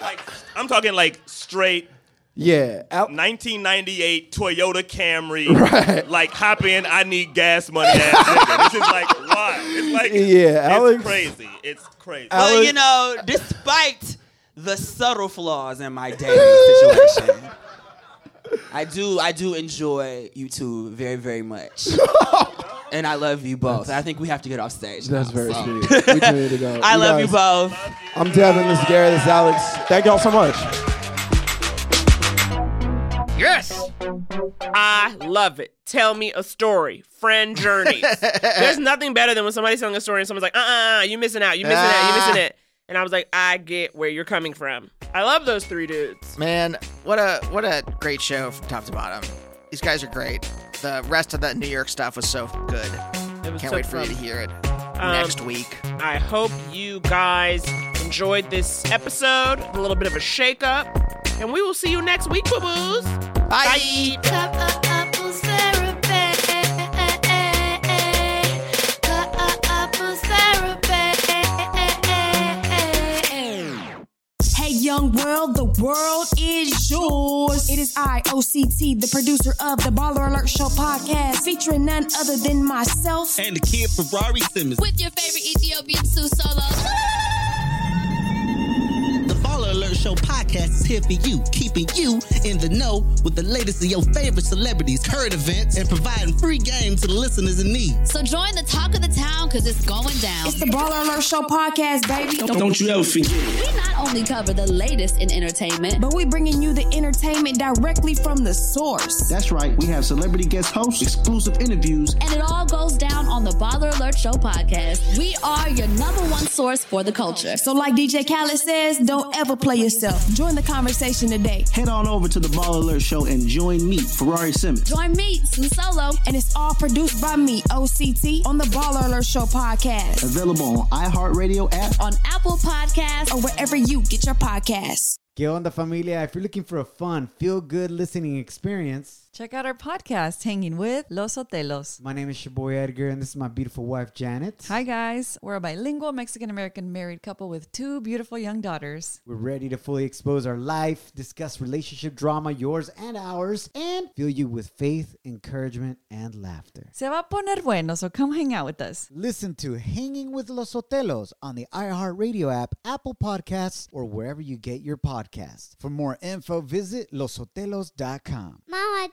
[SPEAKER 16] like
[SPEAKER 18] I'm talking like straight
[SPEAKER 17] yeah.
[SPEAKER 18] 1998 Toyota Camry, like hop in, I need gas money. Ass nigga. This is like wild. It's like
[SPEAKER 17] Yeah,
[SPEAKER 18] it's
[SPEAKER 17] Alex-
[SPEAKER 18] crazy. It's crazy.
[SPEAKER 16] well, you know, despite the subtle flaws in my dating situation, I do I do enjoy you two very very much, and I love you both. I think we have to get off stage.
[SPEAKER 17] That's
[SPEAKER 16] now,
[SPEAKER 17] very
[SPEAKER 16] so.
[SPEAKER 17] sweet. We do need to go.
[SPEAKER 16] I
[SPEAKER 17] You
[SPEAKER 16] love you
[SPEAKER 17] guys-
[SPEAKER 16] both.
[SPEAKER 17] I'm Devin. This is Gary. This is Alex. Thank y'all so much.
[SPEAKER 7] Yes. I love it. Tell me a story. Friend journeys. There's nothing better than when somebody's telling a story and someone's like, uh uh, uh you missing out. You missing out. You
[SPEAKER 10] Ah.
[SPEAKER 7] missing it. And I was like, I get where you're coming from. I love those three dudes.
[SPEAKER 10] Man, what a what a great show from top to bottom. These guys are great. The rest of that New York stuff was so good.
[SPEAKER 7] It was
[SPEAKER 10] Can't
[SPEAKER 7] so
[SPEAKER 10] wait for you
[SPEAKER 7] fun.
[SPEAKER 10] to hear it
[SPEAKER 7] Um,
[SPEAKER 10] next week.
[SPEAKER 7] I hope you guys enjoyed this episode, a little bit of a shake up, and we will see you next week, boo boos. Bye.
[SPEAKER 9] Apples therapy. Apples therapy.
[SPEAKER 1] Hey, young world, the world is yours. It is I, OCT, the producer of the Baller Alert Show podcast, featuring none other than myself.
[SPEAKER 19] And the kid Ferrari Simmons.
[SPEAKER 9] With your favorite Ethiopian Sue solos.
[SPEAKER 19] The Baller Alert Show podcast is here for you, keeping you in the know with the latest of your favorite celebrities, current events, and providing free games to the listeners in need.
[SPEAKER 9] So join the talk of the town because it's going down.
[SPEAKER 1] It's the Baller Alert Show podcast, baby.
[SPEAKER 19] Don't you ever forget it.
[SPEAKER 9] We not only cover the latest in entertainment,
[SPEAKER 1] But we bringing you the entertainment directly from the source.
[SPEAKER 19] That's right, we have celebrity guest hosts, exclusive interviews,
[SPEAKER 9] and it all goes down on the Baller Alert Show podcast. We are your number one source for the culture.
[SPEAKER 1] So, like DJ Khaled says, don't ever play yourself. Join the conversation today.
[SPEAKER 19] Head on over to the Ball Alert Show and join me, Ferrari Simmons.
[SPEAKER 1] Join me, Sue Solo, and it's all produced by me, OCT, on the Baller Alert Show podcast,
[SPEAKER 19] Available on iHeartRadio app.
[SPEAKER 1] on Apple Podcasts, or wherever you get your podcasts.
[SPEAKER 20] ¿Qué onda familia? If you're looking for a fun, feel-good listening experience,
[SPEAKER 21] Check out our podcast, Hanging with Los Otelos.
[SPEAKER 20] my name is your boy Edgar and this is my beautiful wife Janet.
[SPEAKER 21] Hi, guys. We're a bilingual Mexican American married couple with two beautiful young daughters.
[SPEAKER 20] We're ready to fully expose our life, discuss relationship drama, yours and ours, and fill you with faith, encouragement, and laughter.
[SPEAKER 21] Se va a poner bueno, so come hang out with us.
[SPEAKER 20] Listen to Hanging with Los Otelos on the iHeartRadio app, Apple Podcasts, or wherever you get your podcasts. For more info, visit losotelos.com.
[SPEAKER 9] Mama,